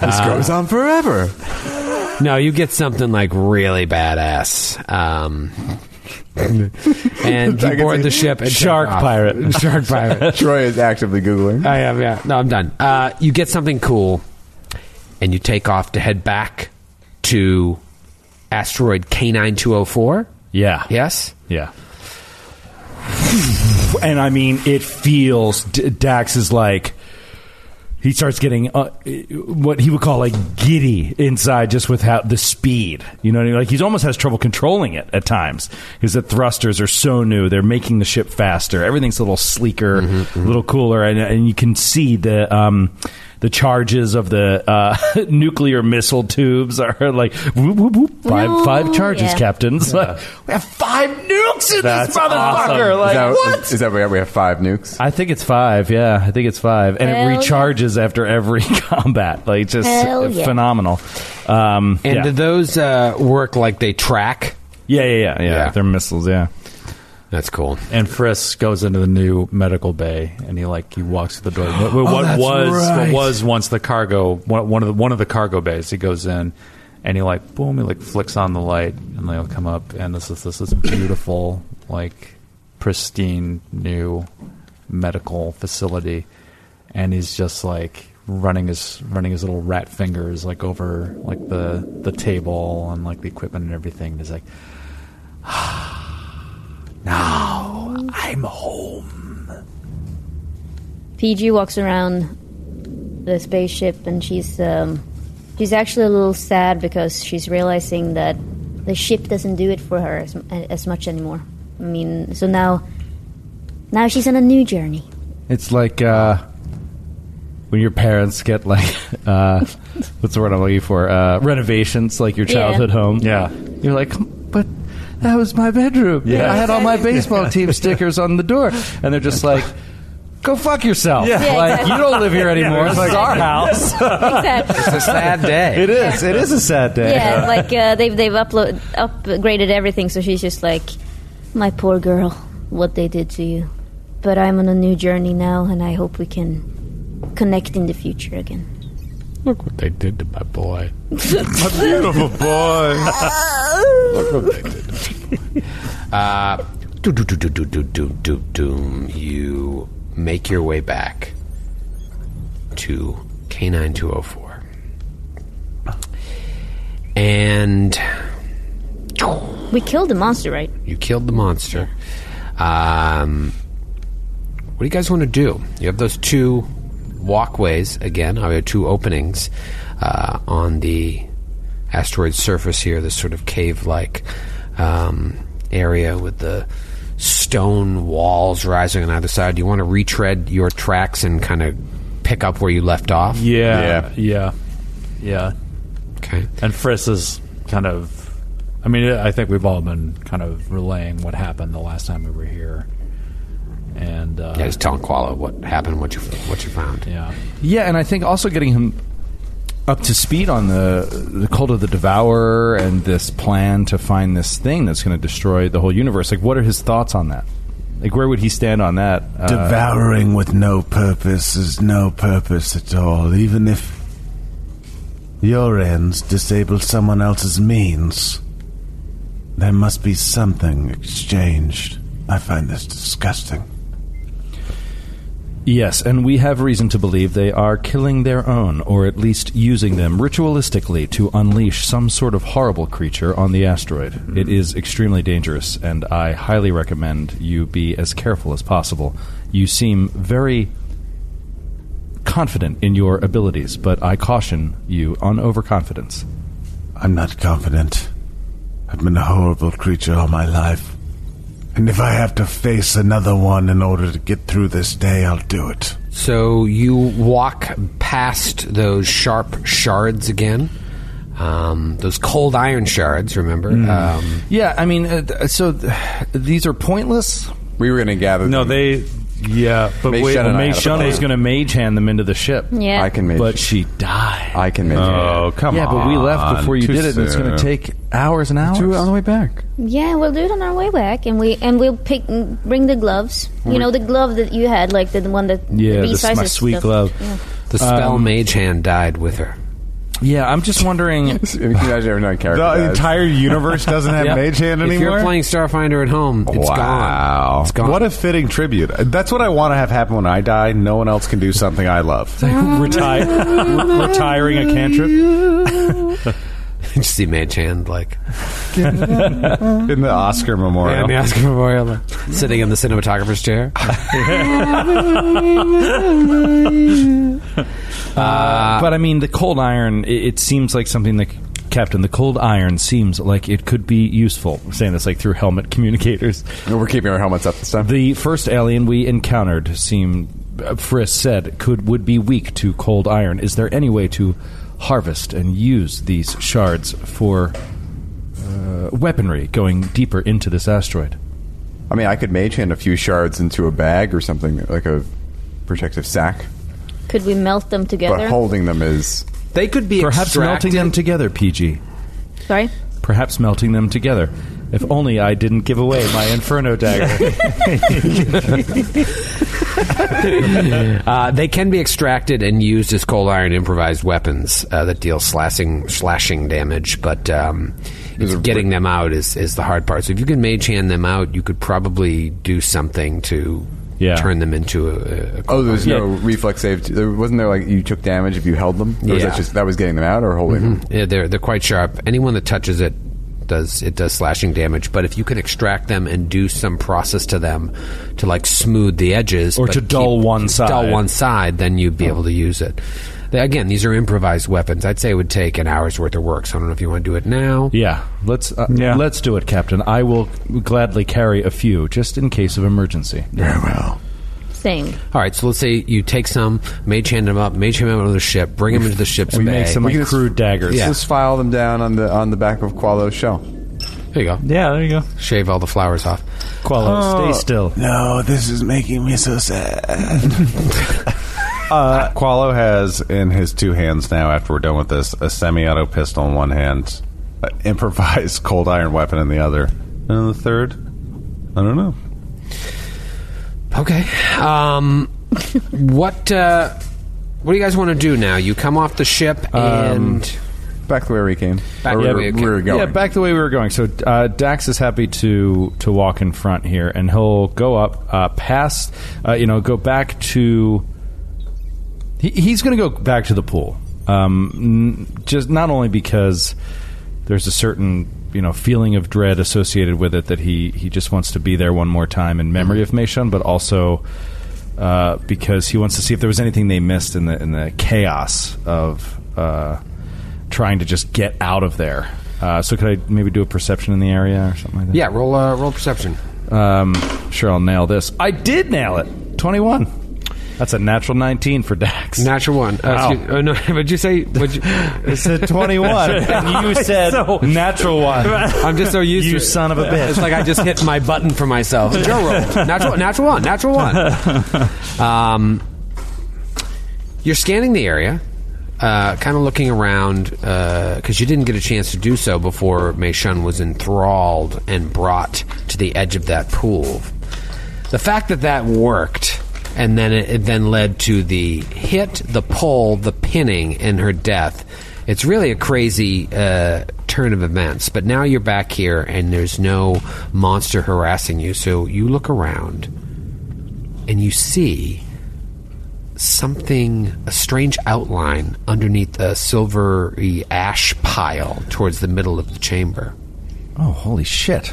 This goes on forever.
Uh, No, you get something like really badass. Um, and
I
you
can see-
board the ship. And take
Shark
off.
pirate.
Shark pirate.
Troy is actively googling.
I am. Yeah. No, I'm done. Uh, you get something cool, and you take off to head back to asteroid K9 204.
yeah.
Yes.
Yeah. And I mean, it feels D- Dax is like he starts getting uh, what he would call like giddy inside, just with how the speed. You know, what I mean? like he's almost has trouble controlling it at times because the thrusters are so new. They're making the ship faster. Everything's a little sleeker, a little cooler, and, and you can see the. Um, the charges of the uh, nuclear missile tubes are like whoop, whoop, whoop, five
No,
five charges,
yeah.
captains. Like, we have five nukes in
That's
this motherfucker.
awesome.
Like
is that,
what?
is- is that we have five nukes?
I think it's five. Yeah, I think it's five, and
Hell
it
yeah.
recharges after every combat. Like just
Hell yeah.
phenomenal. Um,
And
yeah.
do those uh, work like they track?
yeah, yeah, yeah, yeah,
Yeah.
They're missiles. Yeah.
That's cool.
And Frisk goes into the new medical bay, and he like he walks through the door.
Oh,
What, what
that's
was
right.
what was once the cargo one one of the one of the cargo bays? He goes in, and he like boom, he like flicks on the light, and they'll come up, and this is this is beautiful, like pristine new medical facility, and he's just like running his running his little rat fingers like over like the the table and like the equipment and everything. And he's like. "Ah, Now I'm home.
PG walks around the spaceship, and she's um, she's actually a little sad because she's realizing that the ship doesn't do it for her as, as much anymore. I mean, so now, now she's on a new journey.
It's like uh, when your parents get like uh, what's the word I'm looking for? Uh, renovations, like your
Yeah.
childhood home.
Yeah,
you're like, but that was my bedroom.
Yeah.
I had all my baseball team stickers on the door, and they're just like. Go fuck yourself!
Yeah. Yeah,
like
exactly.
you don't live here anymore.
Yeah,
It's like our house.
Exactly. It's a sad
day.
It is. It is a sad day.
Yeah, like uh, they've they've upload, upgraded everything, so she's just like, my poor girl, what they did to you. But I'm on a new journey now, and I hope we can connect in the future again.
Look what they did to my boy.
My
beautiful boy.
Look what they did.
Uh, do, do, do, do, do, do, do, do, doom. You make your way back to K9 204. And
We killed the monster, right?
you killed the monster. Um, what do you guys want to do? You have those two walkways again. I have two openings uh, on the asteroid's surface here. This sort of cave-like um, area with the stone walls rising on either side. Do you want to retread your tracks and kind of pick up where you left off?
Yeah, yeah, yeah.
Okay.
And Friss is kind of. I mean, I think we've all been kind of relaying what happened the last time we were here, and uh,
Yeah, just telling Quala what happened, what you what you found.
Yeah.
Yeah, and I think also getting him up to speed on the the cult of the devourer and this plan to find this thing that's going to destroy the whole universe. Like, what are his thoughts on that? Like, where would he stand on that? Uh,
Devouring with no purpose is no purpose at all, even if your ends disable someone else's means. There must be something exchanged. I find this disgusting.
Yes, and we have reason to believe they are killing their own, or at least using them ritualistically to unleash some sort of horrible creature on the asteroid.
Mm-hmm.
It is extremely dangerous, and I highly recommend you be as careful as possible. You seem very confident in your abilities, but I caution you on overconfidence.
I'm not confident. I've been a horrible creature all my life. And if I have to face another one in order to get through this day, I'll do it.
So you walk past those sharp shards again. Um, those cold iron shards, remember?
Hmm.
Um,
yeah, I mean, uh, th- so th- these are pointless.
We were going to gather.
No, they. Yeah, but
Mage
wait,
Shun and I
Mei
had a
Shun
plan.
was going to mage hand them into the ship.
Yeah. I can
mage-
but she died.
I can make
Oh, come Yeah, but we left before you did it, and it's going to take hours and hours. Do it on the way back.
Yeah, we'll do it on our way back, and we and we'll pick bring the gloves. You know, the glove that you had, like the one that
Yeah,
Mm-hmm. the
this is my
bee-sizes
sweet
stuff.
glove.
Yeah.
the spell
Um,
mage hand died with her.
Yeah, I'm just wondering.
The entire
universe doesn't have Mage Hand
If
anymore?
you're playing Starfinder at home, it's gone. It's gone.
What a fitting tribute. That's what I want to have happen when I die. No one else can do something I love.
Retire, retiring a cantrip.
you see Mage Hand like
in the Oscar memorial.
Yeah, in the Oscar memorial, like, sitting in the cinematographer's chair.
Uh,
Uh,
but I mean, the cold iron. It, it seems like something that. Captain, the cold iron seems like it could be useful. I'm saying this like through helmet communicators.
we're keeping our helmets up this time.
The first alien we encountered seemed, uh, Friss said, could would be weak to cold iron. Is there any way to harvest and use these shards for uh, weaponry going deeper into this asteroid?
I mean, I could mage hand a few shards into a bag or something like a protective sack,
Could we melt them
but
together?
holding them is
They could be
perhaps melting them together, PG.
Sorry.
Perhaps melting them together. If only I didn't give away my Inferno dagger.
uh, they can be extracted and used as cold iron improvised weapons uh, that deal slashing slashing damage, but um, it's getting them out is, is the hard part. So if you can mage hand them out, you could probably do something to
Yeah.
turn them into a. a
Oh, there's no reflex save. There wasn't there like you took damage if you held them. Or was
Yeah.
that just that was getting them out or holding
Mm-hmm.
them?
Mhm. Yeah, they're they're quite sharp. Anyone that touches it does it does slashing damage. But if you can extract them and do some process to them to like smooth the edges
Or
but
to dull one
dull
side. Oh.
one side, then you'd be able to use it. They, again, these are improvised weapons. I'd say it would take an hour's worth of work. So I don't know if you want to do it now.
Yeah, let's uh, let's do it, Captain. I will gladly carry a few just in case of emergency. Very well.
Same.
All right, so let's say you take some, mage hand them up, mage hand them up to the ship, bring them into the ship's
We
bay.
make some like, crude daggers.
Yeah.
Just file them down on the on the back of Qualo's shell.
There you go.
Yeah, there you go.
Shave all the flowers off. Uh,
Qualo, stay still.
No, this is making me so sad.
Uh, Qualo has in his two hands now, after we're done with this, a semi auto pistol in one hand, an improvised cold iron weapon in the other, and in the third, I don't know.
Okay. Um, what uh, what do you guys want to do now? You come off the ship and
back the way we came.
Back
Or
the
we
way
Um, were- we were going.
Yeah, back the way we were going. So uh, Dax is happy to to walk in front here, and he'll go up uh, past, uh, you know, go back to. He, he's going to go back to the pool, um, n- just not only because there's a certain you know feeling of dread associated with it that he he just wants to be there one more time in memory of Meshon, but also. Uh, because he wants to see if there was anything they missed in the in the chaos of uh, trying to just get out of there. Uh, so could I maybe do a perception in the area or something like that?
yeah, roll uh, roll perception.
Um, sure, I'll nail this. I did nail it. Twenty-one. That's a natural nineteen for Dax.
Natural one. Uh,
Wow.
excuse- oh, no, would you say? Would you,
It said twenty-one, and you said natural one.
I'm just so used
You
to it.
son of a bitch.
It's like I just hit my button for myself. Joe rolled. Natural, natural one. Natural one. Um, you're scanning the area, uh, kind of looking around because you didn't get a chance to do so before Mei Shun was enthralled and brought to the edge of that pool. The fact that that worked. And then it, it then led to the hit, the pull, the pinning, and her death it's really a crazy uh, turn of events. But now you're back here, and there's no monster harassing you. So you look around, and you see something, a strange outline underneath a silvery ash pile towards the middle of the chamber.
Oh, holy shit!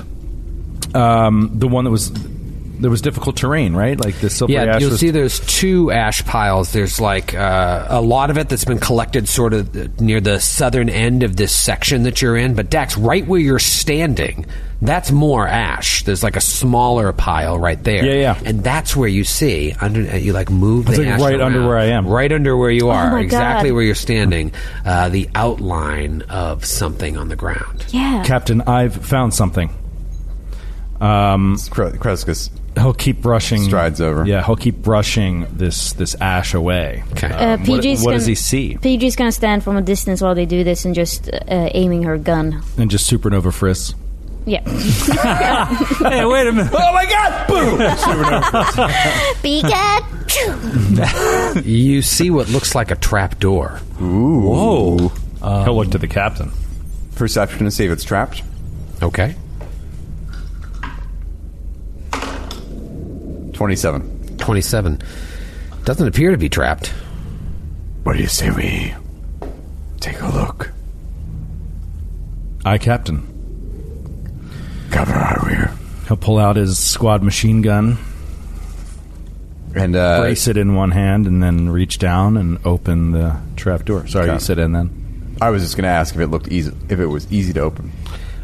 Um, the one that was there was difficult terrain, right? Like the silver
yeah,
ash
you'll
was-
see there's two ash piles. There's like uh, a lot of it that's been collected sort of near the southern end of this section that you're in. But Dax, right where you're standing, that's more ash. There's like a smaller pile right there.
Yeah, yeah.
And that's where you see under uh, you like move
It's
the
like
ash
right under
around.
where I am.
right under where you are,
Oh, my God.
exactly where you're standing, uh, the outline of something on the ground.
Yeah.
Captain, I've found something. Um,
Kreskus
he'll keep brushing
strides over.
Yeah, he'll keep brushing this this ash away. Um,
Okay.
Uh,
what,
PG's
what
gonna,
does he see?
PG's gonna stand from a distance while they do this and just uh, aiming her gun.
And just supernova frisk.
Yeah.
hey, wait a minute.
Oh my god! Boom!
Pikachu!
you see what looks like a trap door.
Whoa! he'll look to the captain.
Perception to see if it's trapped.
Okay.
Twenty-seven.
27. Doesn't appear to be trapped.
What do you say we take a look?
I captain.
Cover our rear.
He'll pull out his squad machine gun,
And uh,
brace it in one hand, and then reach down and open the trap door. Sorry, you
Okay.
said in then.
I was just going to ask if it looked easy, if it was easy to open.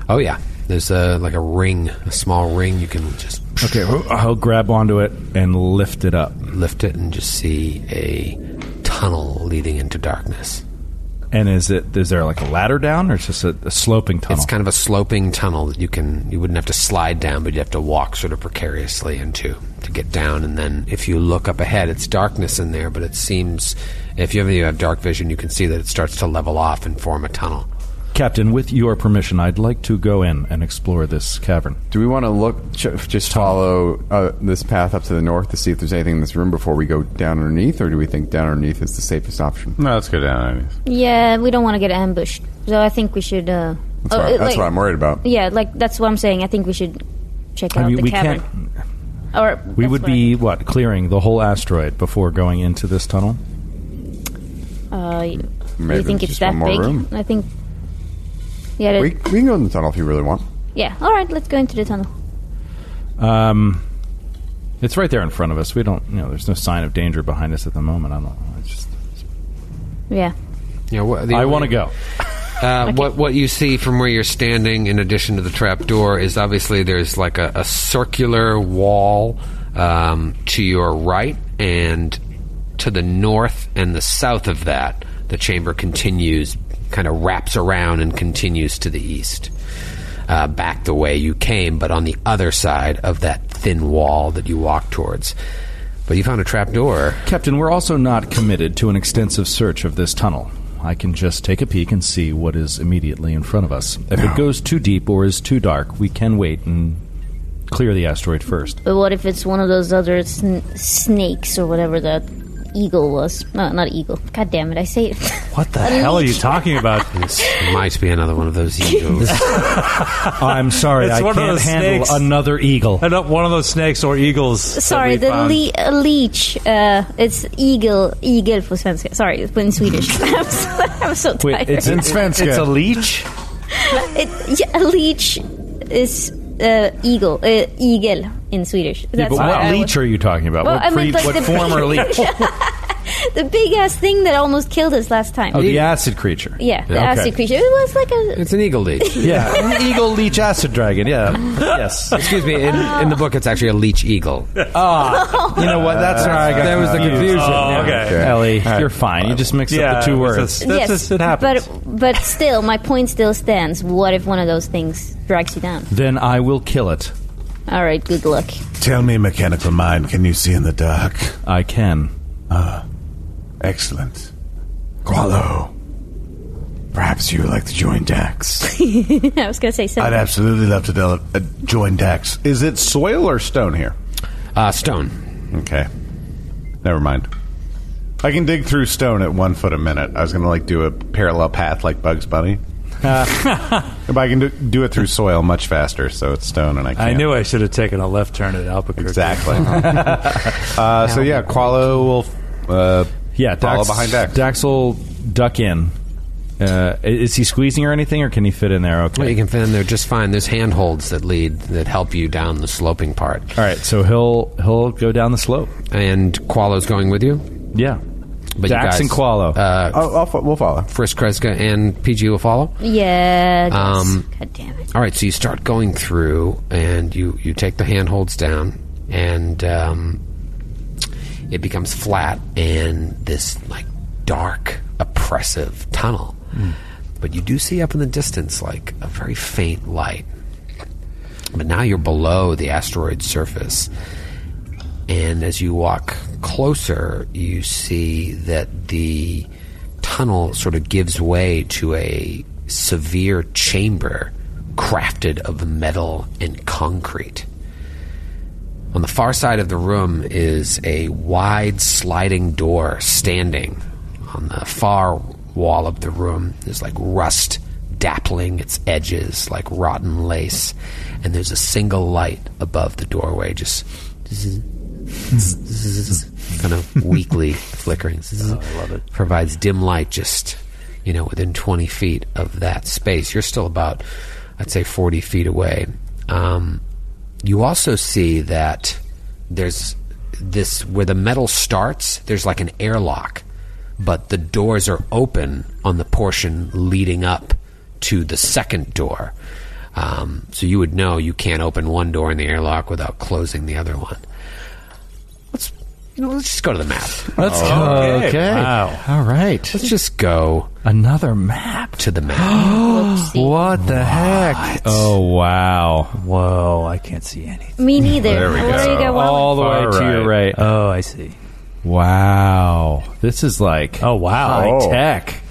Oh yeah, there's a like a ring, a small ring. You can just
Okay, he'll grab onto it and lift it up,
lift it and just see a tunnel leading into darkness.
and is it is there like a ladder down, or it's just a, a sloping tunnel?
It's kind of a sloping tunnel that you can you wouldn't have to slide down, but you have to walk sort of precariously into to get down. And then if you look up ahead, it's darkness in there, but it seems if you ever you have dark vision, you can see that it starts to level off and form a tunnel.
Captain, with your permission, I'd like to go in and explore this cavern.
Do we want to look, ch- just follow uh, this path up to the north to see if there's anything in this room before we go down underneath, or do we think down underneath is the safest option?
No, let's go down. Anyways.
yeah, we don't want to get ambushed, so I think we should. Uh,
That's, what, I- that's what I'm worried about.
Yeah, like that's what I'm saying. I think we should check out
I mean,
the
we
cavern.
can't.
Or
We
that's
would
what I
be what clearing the whole asteroid before going into this tunnel.
think. Uh, you-
Maybe
you think
just
it's that
one more
big?
room.
I think. Yeah. that-
We, we can go in the tunnel if you really want.
yeah. All right, let's go into the tunnel.
Um, it's right there in front of us. We don't. You know, there's no sign of danger behind us at the moment. I don't. know. It's just
Yeah.
Yeah, what,
I wanna go.
Uh, What what you see from where you're standing, in addition to the trap door, is obviously there's like a, a circular wall um, to your right, and to the north and the south of that, the chamber continues, kind of wraps around and continues to the east, uh, back the way you came, but on the other side of that thin wall that you walk towards. But you found a trap door.
Captain, we're also not committed to an extensive search of this tunnel. I can just take a peek and see what is immediately in front of us. If it goes too deep or is too dark, we can wait and clear the asteroid first.
But what if it's one of those other sn- snakes or whatever that eagle was? No, not eagle. God damn it! I say it.
What
the hell are you
talking about? This might be another one of those eagles.
I'm sorry,
It's
I
one of
can't
those
handle
snakes.
another eagle.
And one of those snakes or eagles. that
Sorry,
we
the
found.
le- uh, leech. Uh, it's eagle. Eagle for svenska. Sorry, it's in Swedish. I'm so, I'm so tired.
leech?
It, yeah, a leech is uh, eagle. Uh, eagle in Swedish.
Yeah, but
why
what
I was-
leech are you talking about?
Well,
what
I mean, like
what
the-
former leech?
the big ass thing that almost killed us last time.
Oh, the acid creature.
Yeah, the
Okay.
acid creature. It was like a.
It's an eagle leech.
Yeah, an eagle leech acid dragon. Yeah, yes.
Excuse me. In, in the book, it's actually a leech eagle.
Ah, you know what? That's where I got.
That was the
confused.
confusion. Oh,
Yeah.
okay. Okay.
Ellie,
All right.
you're fine. You just mixed up
Yeah,
the two
it's
words.
a- That's just- it happens.
But but still, my point still stands. What if one of those things drags you down?
Then I will kill it.
All right, good luck.
Tell me, mechanical mind, can you see in the dark?
I can.
Ah, excellent.
Qualo, perhaps you would like to join Dax.
I was gonna say
I'd
something.
absolutely love to del- uh, join Dax. Is it soil or stone here?
Uh, stone.
Okay. Never mind. I can dig through stone at one foot a minute. I was gonna like do a parallel path like Bugs Bunny. but I can do, do it through soil much faster, so it's stone, and I can't.
I knew I should have taken a left turn at Albuquerque.
exactly. uh, so yeah, Qualo will uh,
Yeah,
follow
Dax,
behind Dax.
will duck in. Uh, i- is he squeezing or anything, or can he fit in there? Okay.
Well, you can fit in there just fine. There's handholds that lead that help you down the sloping part.
All right, so he'll he'll go down the slope.
And Qualo's going with you.
Yeah,
But
Dax
you guys,
and Qualo.
Uh,
I'll, I'll, fo- we'll follow.
Frisk Kreska and PG will follow.
Yeah.
Um,
God damn it.
All right, so you start going through, and you you take the handholds down, and um, it becomes flat and this like dark, oppressive tunnel. But you do see up in the distance like a very faint light. But now you're below the asteroid surface. And as you walk closer, you see that the tunnel sort of gives way to a severe chamber crafted of metal and concrete. On the far side of the room is a wide sliding door standing. On the far wall of the room there's like rust dappling its edges like rotten lace, and there's a single light above the doorway just kind of weakly flickering. I love it. Provides dim light just, you know, within 20 feet of that space. You're still about, I'd say, 40 feet away. Um, you also see that there's this, where the metal starts, there's like an airlock, but the doors are open on the portion leading up to the second door. Um, so you would know you can't open one door in the airlock without closing the other one. Let's you know, let's just go to the map.
Let's
Okay. Wow.
All right.
Let's just go
Another map.
to the map.
Whoopsie.
What the heck? Oh wow!
Whoa, I can't see anything.
Me neither.
There we
What
go.
are you going
All the way
Far
to your right.
Oh, I see.
Wow! This is like
Oh, wow.
high
Oh.
tech.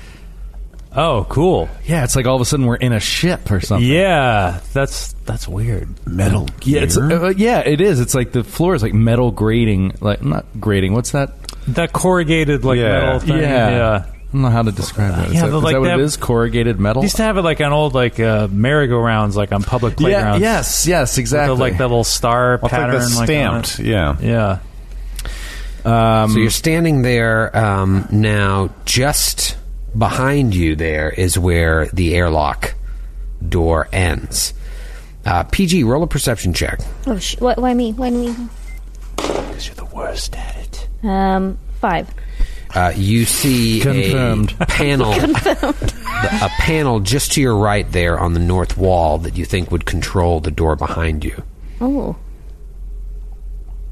Oh, cool.
Yeah, it's like all of a sudden we're in a ship or something.
Yeah, that's that's weird.
Metal
Yeah, it's, uh, yeah, it is. It's like the floor is like metal grating, like not grating. What's that?
That corrugated like
Yeah.
metal thing.
yeah.
yeah.
I don't know how to describe that. Is,
Yeah,
that,
but
is
like
that what
that-
it is? Corrugated metal.
They used to have it like on old like uh, merry-go-rounds, like on public
yeah.
playgrounds.
Yes. Yes.
With the,
Exactly.
like that little star pattern,
It's like
like,
the
on
stamped, yeah.
it. yeah.
um,
so you're standing there um, now. Just behind you, there is where the airlock door ends. Uh, PG, roll a perception check.
Oh, sh- why, why me? Why me?
Because you're the worst at it.
Um, five.
uh, you see
Confirmed.
a panel, the- a panel just to your right there on the north wall that you think would control the door behind you.
Oh.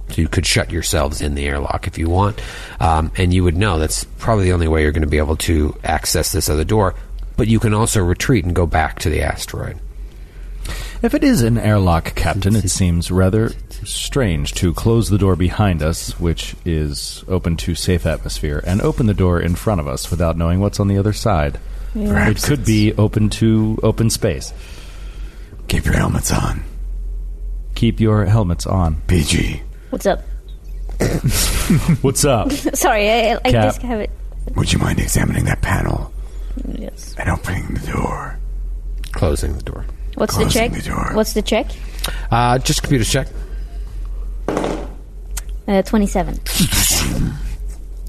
So you could shut yourselves in the airlock if you want, um, and you would know that's probably the only way you're going to be able to access this other door. But you can also retreat and go back to the asteroid.
If it is an airlock, Captain, it seems rather strange to close the door behind us, which is open to safe atmosphere, and open the door in front of us without knowing what's on the other side.
Yeah. Perhaps
it could be open to open space.
Keep your helmets on.
Keep your helmets on.
PG.
What's up?
What's up?
Sorry, I, I
Cap.
just have it.
Would you mind examining that panel
Yes.
and opening the door?
Closing the door.
What's the
Closing
check?
the door.
What's the check?
Uh, just computer check.
Uh, 27.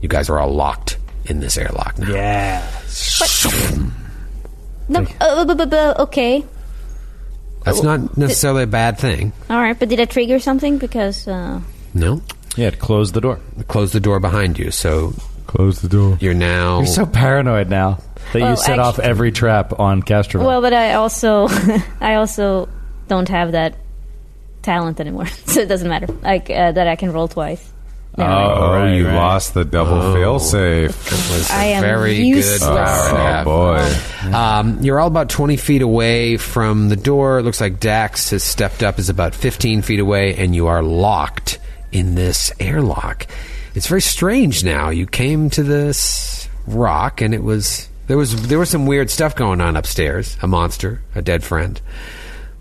You guys are all locked in this airlock now.
Yeah.
No, uh, bu- bu- bu- okay.
That's not necessarily a bad thing.
All right, but did I trigger something? Because uh,
No.
Yeah, close the door.
Close the door behind you. So
close the door.
You're now.
You're so paranoid now that you
Well,
set
actu-
off every trap on Castro.
well, but I also I also don't have that talent anymore, so it doesn't matter. Like uh, that I can roll twice.
Oh,
right,
you
right.
lost the double fail safe.
I am
very
useless.
good power to
Oh,
have.
boy.
Um, you're all about 20 feet away from the door. It looks like Dax has stepped up, is about 15 feet away, and you are locked in this airlock. It's very strange now. You came to this rock, and it was. There was there was some weird stuff going on upstairs. A monster, a dead friend,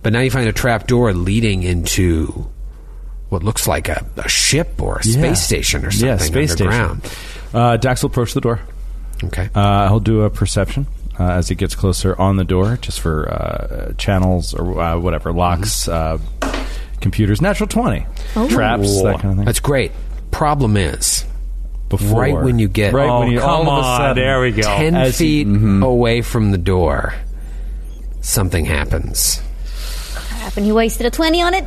but now you find a trap door leading into what looks like a, a ship or a
Yeah.
space station or something
Yeah, space
underground.
station. Uh, Dax will approach the door.
Okay.
Uh, he'll do a perception uh, as he gets closer on the door, just for uh, channels or uh, whatever locks,
Mm-hmm.
uh, computers. Natural twenty, traps, that kind of thing.
That's great. Problem is,
Before.
right when you get
right
Oh,
when you
come
all
on,
of a sudden,
there we go.
10
As he-
feet away from the door, something happens.
Crap, and you wasted a 20 on it?